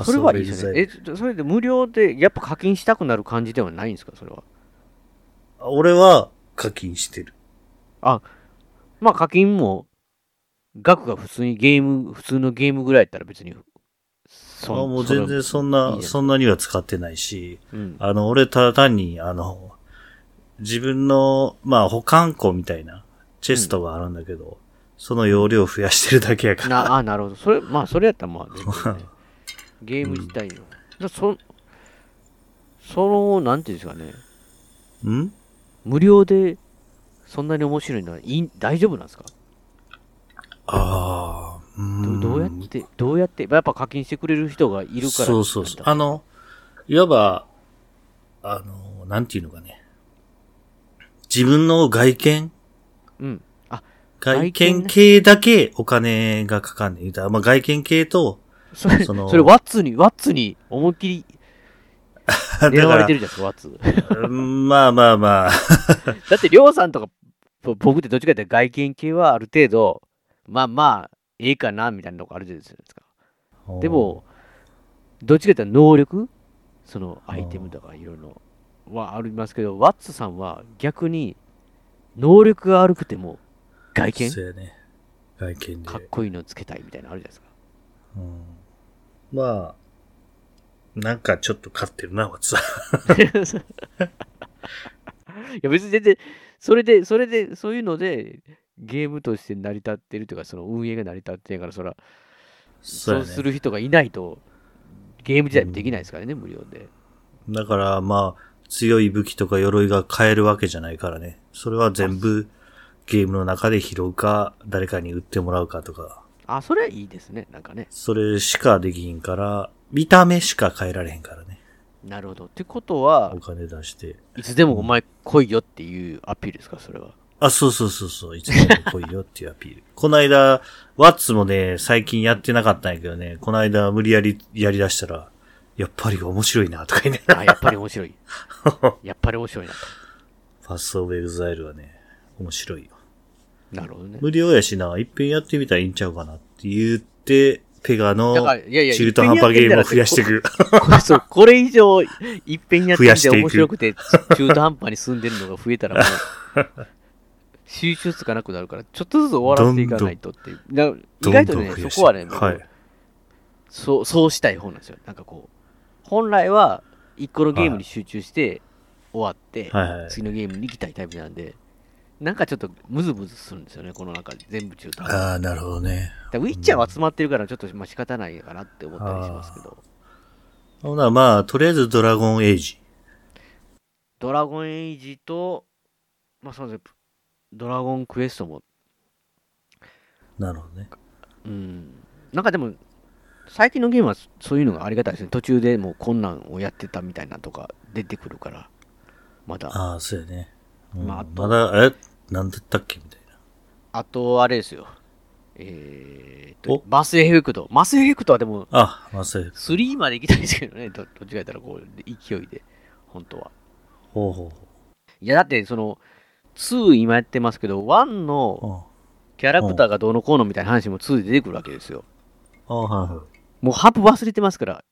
<laughs> そスれトオはいいブでエグザすイよルね。え、それで無料で、やっぱ課金したくなる感じではないんですかそれは。俺は課金してる。あ、まあ課金も、額が普通にゲーム、普通のゲームぐらいやったら別に、あそもう全然そんいいじゃな、ないそんなには使ってないし、うん。あの、俺ただ単に、あの、自分の、まあ、保管庫みたいな、チェストがあるんだけど、その容量を増やしてるだけやから。なあ、なるほど。それ、まあ、それやったらまあ、全然 <laughs> ね、ゲーム自体の。だそその、なんていうんですかね、ん無料で、そんなに面白いのはいい大丈夫なんですかああ、うどん。どうやって、どうやって、やっぱ課金してくれる人がいるから。そうそうそう。なんだあの、いわば、あの、なんていうのかね。自分の外見うん。あ、外外見見ね系だけお金がかかんねん。言うたら、まあ、外見系と、それ、そそのれ、ワッツに、ワッツに、思いっき <laughs> りだ狙われかてるじゃないですか、ワッツ。 <laughs> ら、うんまあまあまあ、だって、りょうさんとか、ぼ僕ってどっちかっていうと外見系はある程度、まあまあ、ええかな、みたいなとこあるじゃないですか。でも、どっちかというと能力、そのアイテムとかいろいろはありますけど、ワッツさんは逆に能力が悪くても外見そうやね。外見で。かっこいいのつけたいみたいなのあるじゃないですか。うんまあ、なんかちょっと勝ってるな、松さ <laughs> いや別に全然、それで、それで、そういうのでゲームとして成り立ってるというか、その運営が成り立ってるから、そら、ん。そうする人がいないと、ゲーム自体もできないですからね、無料で。だから、まあ、強い武器とか鎧が買えるわけじゃないからね。それは全部ゲームの中で拾うか、誰かに売ってもらうかとか、あ、それはいいですね、なんかね。それしかできひんから、見た目しか変えられへんからね。なるほど。ってことはお、金出して。いつでもお前来いよっていうアピールですか、それ <laughs> は。あ、そうそうそうそう、いつでも来いよっていうアピール。 <laughs> こないだ、ワッツもね、最近やってなかったんやけどね、こないだ無理やりやり出したら、やっぱり面白いな、とか言いながらあ、やっぱり面白 <laughs> い。やっぱり面白いなと。ファストオブエグザイルはね、面白いよ。なるほどね。無料やしな、一遍やってみたらいいんちゃうかなって言って、ペガのだからいやいや中途半端ゲームを増やしていく。これそうこれ以上、いっぺんやって増みやしてていく面白くて、中途半端に進んでるのが増えたらも <laughs> う収集つかなくなるから、ちょっとずつ終わらせていかないとっていう。な意外とね、そこはね、はい。そう、そうしたい方なんですよ。なんかこう、本来は、一個のゲームに集中して、終わって、はいはい次のゲームに行きたいタイプなんで、なんかちょっとムズムズするんですよね、この中で全部中途半端。ああ、なるほどね。だからウィッチャーは集まってるから、ちょっとまあ仕方ないかなって思ったりしますけど、ほな、まあ、とりあえずドラゴンエイジ。ドラゴンエイジと、まあそうですね、ドラゴンクエストも、なるほどね。うん、なんかでも、最近のゲームはそういうのがありがたいですね。途中でもう困難をやってたみたいなとか出てくるから、まだ。ああ、そうやね。うんまああまとだ、え、なんだったっけみたいな。あと、あれですよ。えー、とお、マスエフェクト。マスエフェクトはでも、あ、まあ、そうや。 3まで行きたいですけどね、どどっちか言ったら、こう、勢いで、本当は。ほうほういや、だって、その、2今やってますけど、1のほキャラクターがどうのこうのみたいな話も2で出てくるわけですよ。う。ああ、はいはい。もうハブ忘れてますから、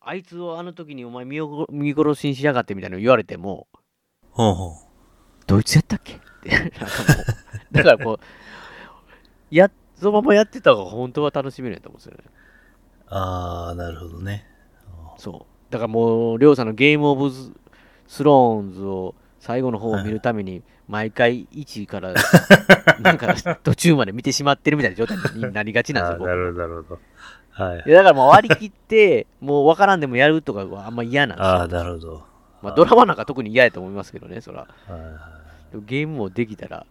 あいつをあの時にお前見お見殺しにしやがってみたいなの言われても、ほうほう。ドイツやったっけってなんかもうだからこう、や、そのままやってた方が本当は楽しめるんやと思うんですよね。ああ、なるほどね。そう。だからもう、りょうさんのゲームオブススローンズを最後の方を見るために、毎回1位から、 <laughs> なんか途中まで見てしまってるみたいな状態になりがちなんあ <laughs> ですあよ、ー、僕なるほど、なるほど。はい。いやだからもう割り切って、もう分からんでもやるとかはあんま嫌なんですよ。ああ、なるほど。まあ、ドラマなんか特に嫌やと思いますけどね、そら。はいはでもゲームもできたら、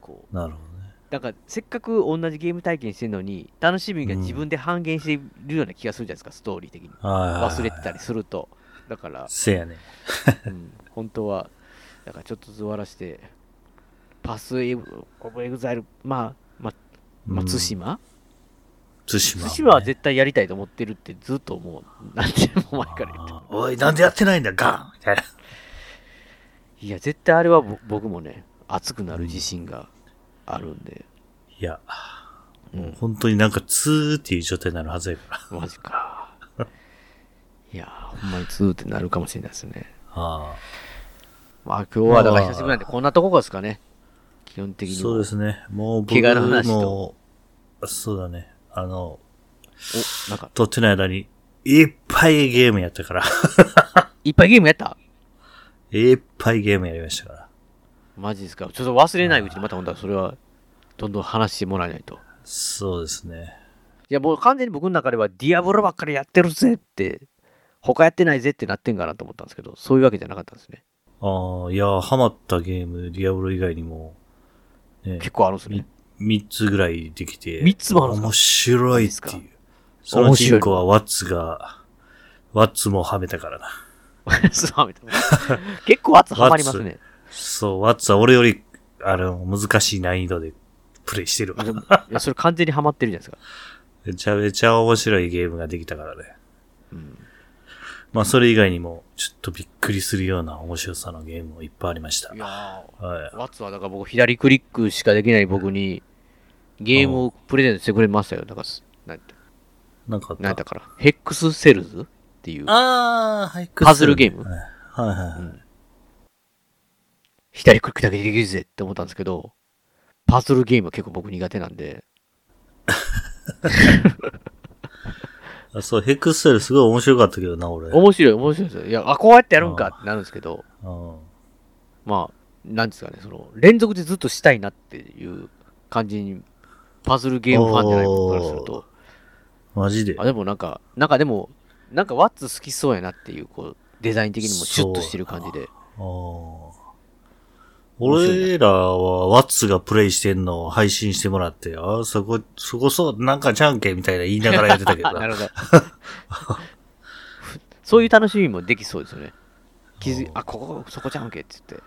こい。なるほどねう。、なんかせっかく同じゲーム体験してるのに、楽しみが自分で半減しているような気がするじゃないですか、ストーリー的に。はいはいはい。忘れてたりすると。だから、せやね。うん本当は、だからちょっとずつ終わらして、パスエブ、オブエグザイル、まあ、まあ、まあ、対馬対馬。対馬は絶対やりたいと思ってるってずっともう、何年も前から言ってあーおい、なんでやってないんだ、ガンみたいな。いや、絶対あれはぼ僕もね、熱くなる自信があるんで、いや、うん本当になんかツーっていう状態になるはずやから。マジか。いや、ほんまにツーってなるかもしれないですね。ああ、まあ、今日はだから久しぶりなんで、こんなとこですかね。基本的に。そうですね。もう僕怪我の話も、そうだね。あの、お、なんか、撮ってない間に、いっぱいゲームやったから。いっぱいゲームやったいっぱいゲームやりましたから。マジですか。ちょっと忘れないうちにまた本当はそれは、どんどん話してもらえないと。そうですね。いや、もう完全に僕の中では、ディアブロばっかりやってるぜって、他やってないぜってなってんかなと思ったんですけど、そういうわけじゃなかったんですね。ああ、いや、ハマったゲーム、ディアブロ以外にも、ね、結構あるんですね。 3つぐらいできて。三つもあるんですか面白いっマてジいでう。その面白い1個はワッツが、ワッツもはめたからな。 <laughs> そうみたいな結構圧はまりますね。そう、ワッツは俺より、あの、難しい難易度でプレイしてるわ。いや、それ完全にはまってるじゃないですか。めちゃめちゃ面白いゲームができたからね。まあ、それ以外にも、ちょっとびっくりするような面白さのゲームもいっぱいありましたい。やはいー、。ワッツはだから僕、左クリックしかできない僕に、ゲームをプレゼントしてくれましたよ。だからす、なんて、なんかあったなんだから、ヘックスセルズっていう、あー、俳句パズルゲームはいはいはいはい。左クリックだけでできるぜって思ったんですけど、パズルゲームは結構僕苦手なんで、あそう、ヘックステルすごい面白かったけどな、俺。うん。面白い、面白いですよ。いや、あ、こうやってやるんかってなるんですけど、まあ、なんですかね、その、連続でずっとしたいなっていう感じに、パズルゲームファンじゃない僕からすると、マジで。あ、でもなんか、なんかでも、なんかワッツ好きそうやなっていう、こう、デザイン的にもシュッとしてる感じで。あー俺らはワッツがプレイしてんのを配信してもらって、ああ、そこ、そこそう、なんかじゃんけんみたいな言いながらやってたけどあ <laughs> なな。るほど。 <laughs> そういう楽しみもできそうですよね。気づいあ、ここ、そこじゃんけって言って。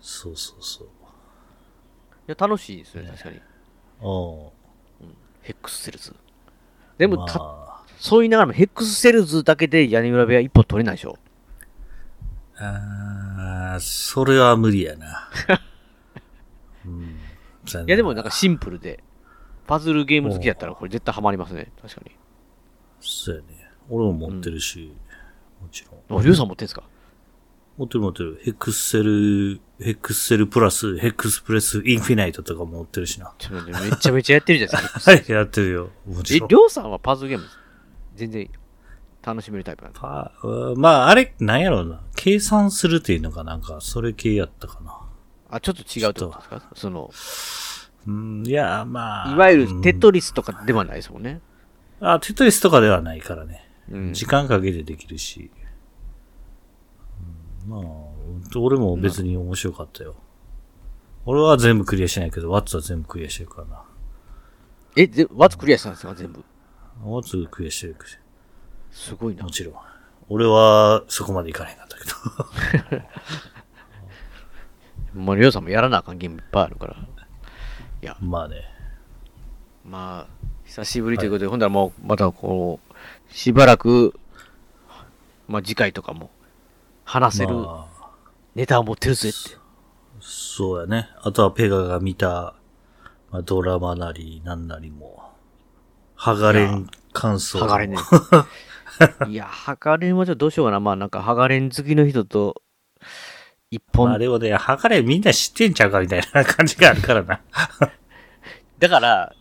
そうそうそう。いや、楽しいですね、確かに。うんヘックスセルズ。でも、たまそう言いながらも、ヘックスセルズだけで屋根裏部屋一歩取れないでしょ。あ、あーそれは無理や <laughs> な。うん、残念いや、でもなんかシンプルで、パズルゲーム好きだったらこれ絶対ハマりますね、確かに。そうやね。俺も持ってるし、もちろん。お、りゅうさん持ってんすか持ってる持ってる。ヘクセル、ヘクセルプラス、ヘクスプレスインフィナイトとかも持ってるしな。ちょっと待ってめちゃめちゃやってるじゃないです <laughs> か。はい、やってるよ。もえ、ちろんり。ょうさんはパズルゲーム、全然楽しめるタイプなんですかパうんまあ、あれ、なんやろうな。計算するっていうのがなんか、それ系やったかな。あ、ちょっと違うってことですかその、うん、いや、まあ。いわゆうんるテトリスとかではないですもんね。あ、テトリスとかではないからね。うん。時間かけてできるし。うん、まあ、俺も別に面白かったよ。俺は全部クリアしてないけど、ワッツは全部クリアしてるからな。え、でワッツクリアしたんですか全部。ワッツクリアしてるし。すごいなも。ちろん。俺は、そこまでいかないんだったけ <laughs> ど。もうりょうさんもやらなあかんゲームいっぱいあるから。まあね。まあ、久しぶりということで、ほんならもう、またこう、しばらく、まあ次回とかも、話せるまあ、ネタを持ってるぜって。そうやね。あとはペガが見た、まあ、ドラマなり、なんなりも、ハガレン感想。ハガ <laughs> レンね。いや、ハガレンはちょっとどうしようかな。まあなんか、ハガレン好きの人と、一まあ本。でもね、ハガレンみんな知ってんちゃうかみたいな感じがあるか <laughs> らな。だから、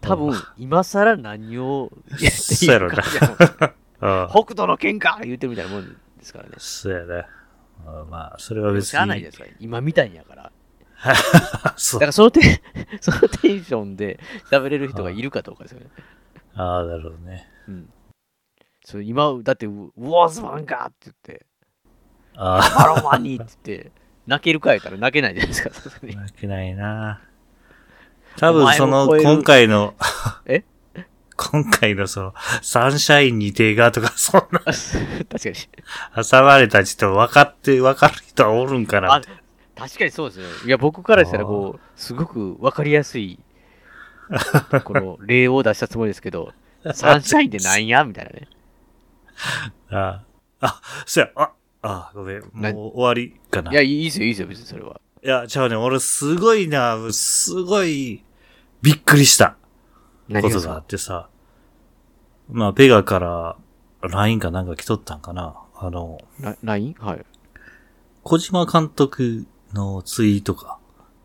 多分、今更何をやっていいのかそいうやうん北斗の喧嘩言うてるみたいなもんですからね。そうやね。あまあ、それは別しゃあないにで。すから、今みたいんやから。 <laughs> だそうからそのテン、 <laughs> そのテンションで喋れる人がいるかどうかですよね。ああ、なるほどね。うん。そう今、だって、ウウォーズマンかって言って、あアロマニーって言って、泣けるか言ったら泣けないじゃないですか、さすがあ、に。 <laughs> 負けないな。多お分前をその、超える、今回のえ <laughs> 今回のその、サンシャインに定がとか、 <laughs> そんな、確かに。挟まれたちと分かって、分かる人はおるんかなあって。確かにそうですね。いや、僕からしたら、こう、すごくわかりやすい、この例を出したつもりですけど、サンシャインってなんやみたいなね。ああ、あそうや、あ、あ、ごめん、もなう終わりかな。いいや、や、いいですよ、いいですよ、別にそれは。ちゃうね、俺すごいな、すごい、びっくりしたこ何とがあってさ。まあ、ペガから、LINE かなんか来とったんかな。あの、な ?LINE? はい。小島監督のツイートか。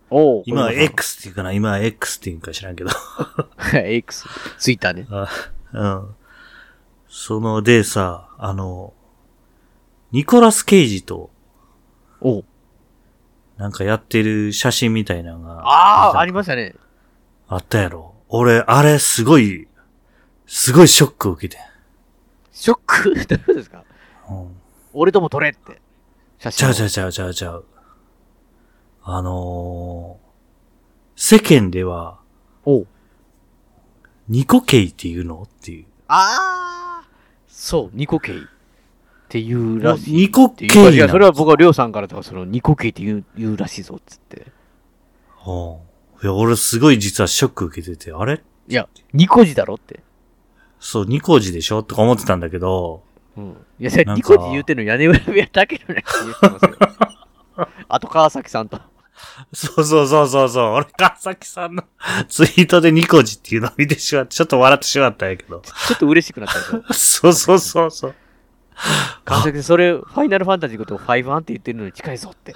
おお。今は小島さん X っていうかな、今は X っていうんか知らんけど。 <laughs> はい、X。ツイッターね。あうん。その、でさ、あの、ニコラス・ケイジと、おうなんかやってる写真みたいなのが。ああ、ありましたね。あったやろ。俺、あれ、すごい、すごいショックを受けて。ショック <laughs> どういうことですかうん。俺とも撮れって。写ち真を。ゃうちゃうちゃうちゃうちゃう。あのー、世間では、おうニコケイっていうのっていう。ああそう、ニコケイ。っていうらしい。ニコってケいうかイいなや、んそれは僕はりょうさんからとか、その、ニコケイって言う言うらしいぞ、っつって。うん。いや、俺すごい実はショック受けてて、あれいや、ニコジだろって。そう、ニコジでしょとか思ってたんだけど、うん。いや、それなんニかコジ言うてんの屋根裏部屋だけのやつ言ってますよ。 <laughs> あと川崎さんと。そうそうそうそうそう、俺、川崎さんの <laughs> ツイートでニコジっていうのを見てしまって、ちょっと笑ってしまったんやけど。ちょっと嬉しくなったでし <laughs> ょ。そうそうそうそう。川崎さん、それ、ファイナルファンタジーのことをファイファンって言ってるのに近いぞって。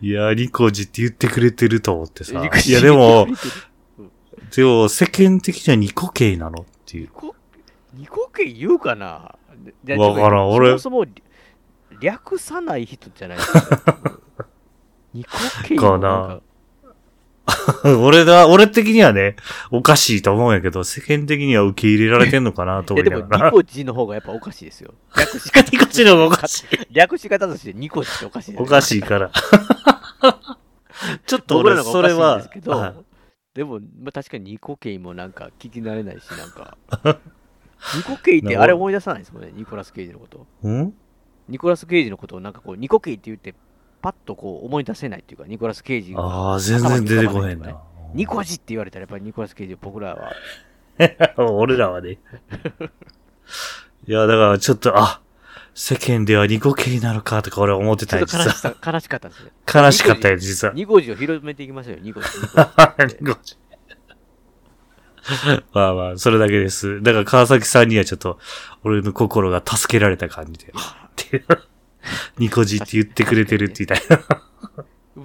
いやー、ニコジって言ってくれてると思っ <laughs> てさ。ニコジいや、でも、でも、世間的にはニコケイなのっていニ。う <laughs> コニコケイ言うかなでわからんでも俺そもそも <laughs> 略さない人じゃないですか。ニコケイもんかな俺が、俺的にはね、おかしいと思うんやけど、世間的には受け入れられてんのかなといやで思いなも、がらニ。コチの方がやっぱおかしいですよ。略しニコチの方がおかしい。略し方としてニコチっておかしいじゃないおかしいから。 <laughs> ちょっと僕ら俺、の方そがれおかしいんですけ、はど、はいでも、まあ、確かにニコケイもなんか聞き慣れないし、なん <laughs> か。ニコケイってあれ思い出さないですもんね、ニコラス・ケイジのこと。うんニコラス・ケイジのことをなんかこう、ニコケイって言って、パッとこう思い出せないっていうか、ニコラス・ケイジが、ああ、全然出てこへんな。ニコジって言われたらやっぱりニコラス・ケイジ、僕らは、 <laughs> 俺らはね。いや、だからちょっと、あ、世間ではニコ系なのかとか俺は思ってちたょんっやと悲実しは。さ悲しかったんですよ。悲しかったよ、実 <laughs> は。ニコジを広めていきましょうよ、ニコジ。ニコジニコチまあまあ、それだけです。だから川崎さんにはちょっと、俺の心が助けられた感じで、 <laughs> はぁっていう。ニコジって言ってくれてるって言いたいな。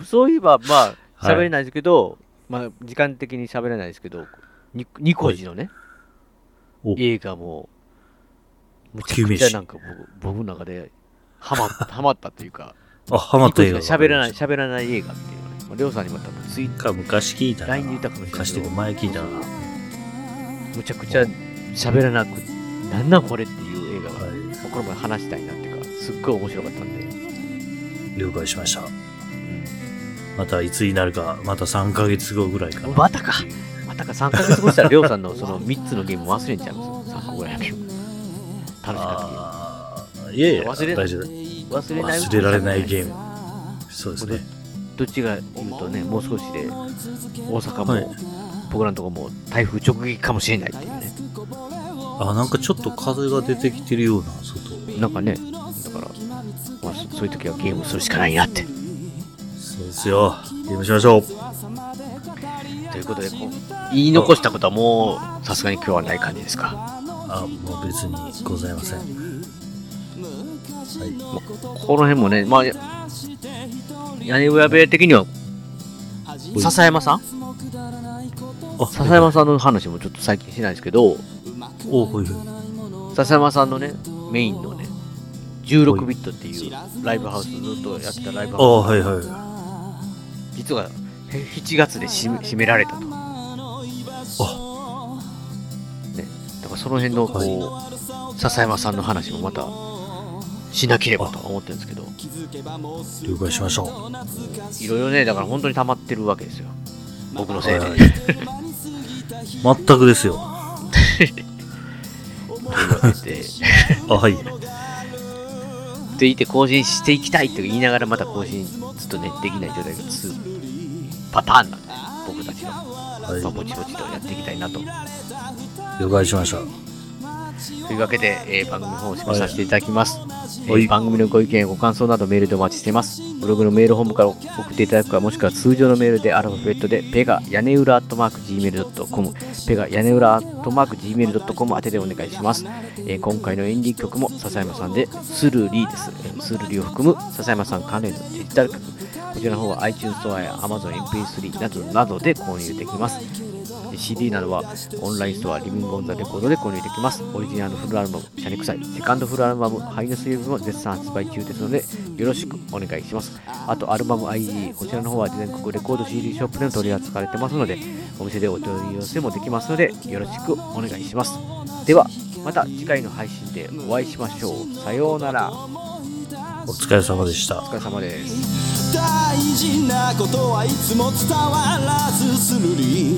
そういえば、まあ、はい喋れないですけど、まあ、時間的に喋れないですけど、ニニコジのね、お映画も、むち救ゃく命ちゃ士なんか僕僕の中でハマっ <laughs> ハマったというか、 <laughs> あ、ハマニっコたジ映が画。喋らない、。喋らない映画っていうのね、まあ、りょうさんにも多分ツイッタか昔聞いたな。 LINE で言ったかもしれないけ昔どとか前聞いたな。はー、むちゃくちゃ喋らなく、なんなんこれっていう映画が、まあこれも話したいなっていうか、すっごい面白かったんで、い。了解しました。うんまたいつになるか、また3ヶ月後ぐらいかな。またかまたか3ヶ月後したら、りょうさんのその3つのゲーム忘れちゃうんですよ。3個ぐらいのゲーム。楽しかあーいやいや、忘れ大丈夫。った。忘れないうちに忘れられないゲーム。そうですね。どっちが言うとね、もう少しで、大阪はいも、僕らのとこも台風直撃かもしれないっていうね。あ、なんかちょっと風が出てきてるような、外。なんかね、だから、まあ、そそういう時はゲームするしかないなって。そうですよ。ゲームしましょう。ということで、こう言い残したことはもう、さすがに今日はない感じですか。あ、もう別にございません。はい。まあ、この辺もね、まあ、や屋根裏部屋的には、笹山さんあ、笹山さんの話もちょっと最近しないですけど、お、ほいほ笹山さんのね、メインのね、16ビットっていうライブハウス、ずっとやってたライブい。あ、ハウはいはい。ス、実はへ7月で閉め閉められたと。ね、あ、だからその辺のこう、笹山さんの話もまたしなければとは思ってるんですけど、了解しましょいろいろね、だから本当に溜まってるわけですよ。僕のせいで。はいはい全くですよ。あ、で <laughs> はい。って言って更新していきたいと言いながらまた更新ずっとねできない状態が続くパターンなんで僕たちの、まあ、はぼちぼちとやっていきたいなとい。了解しました。というわけで、えー番組の方を締めさせていただきます、えーはい番組のご意見ご感想などメールでお待ちしていますブログのメールホームから送っていただくかもしくは通常のメールでアルファベットでペガ屋根裏アットマーク Gmail.com ペガ屋根裏アットマーク Gmail.com 宛てでお願いします、えー今回のエンディング曲も笹山さんでスルリーですえースルリを含む笹山さん関連のデジタル曲こちらの方は iTunes ストアや AmazonMP3 などなどで購入できます CD などはオンラインストアリビングオンザレコードで購入できますオリジナルフルアルバムシャネクサイセカンドフルアルバムハイネスウェブも絶賛発売中ですのでよろしくお願いしますあとアルバム ID こちらの方は全国レコード CD ショップでも取り扱われてますのでお店でお取り寄せもできますのでよろしくお願いしますではまた次回の配信でお会いしましょうさようならおお疲れ様でした。疲れ様です大事なことはいつも伝わらずするり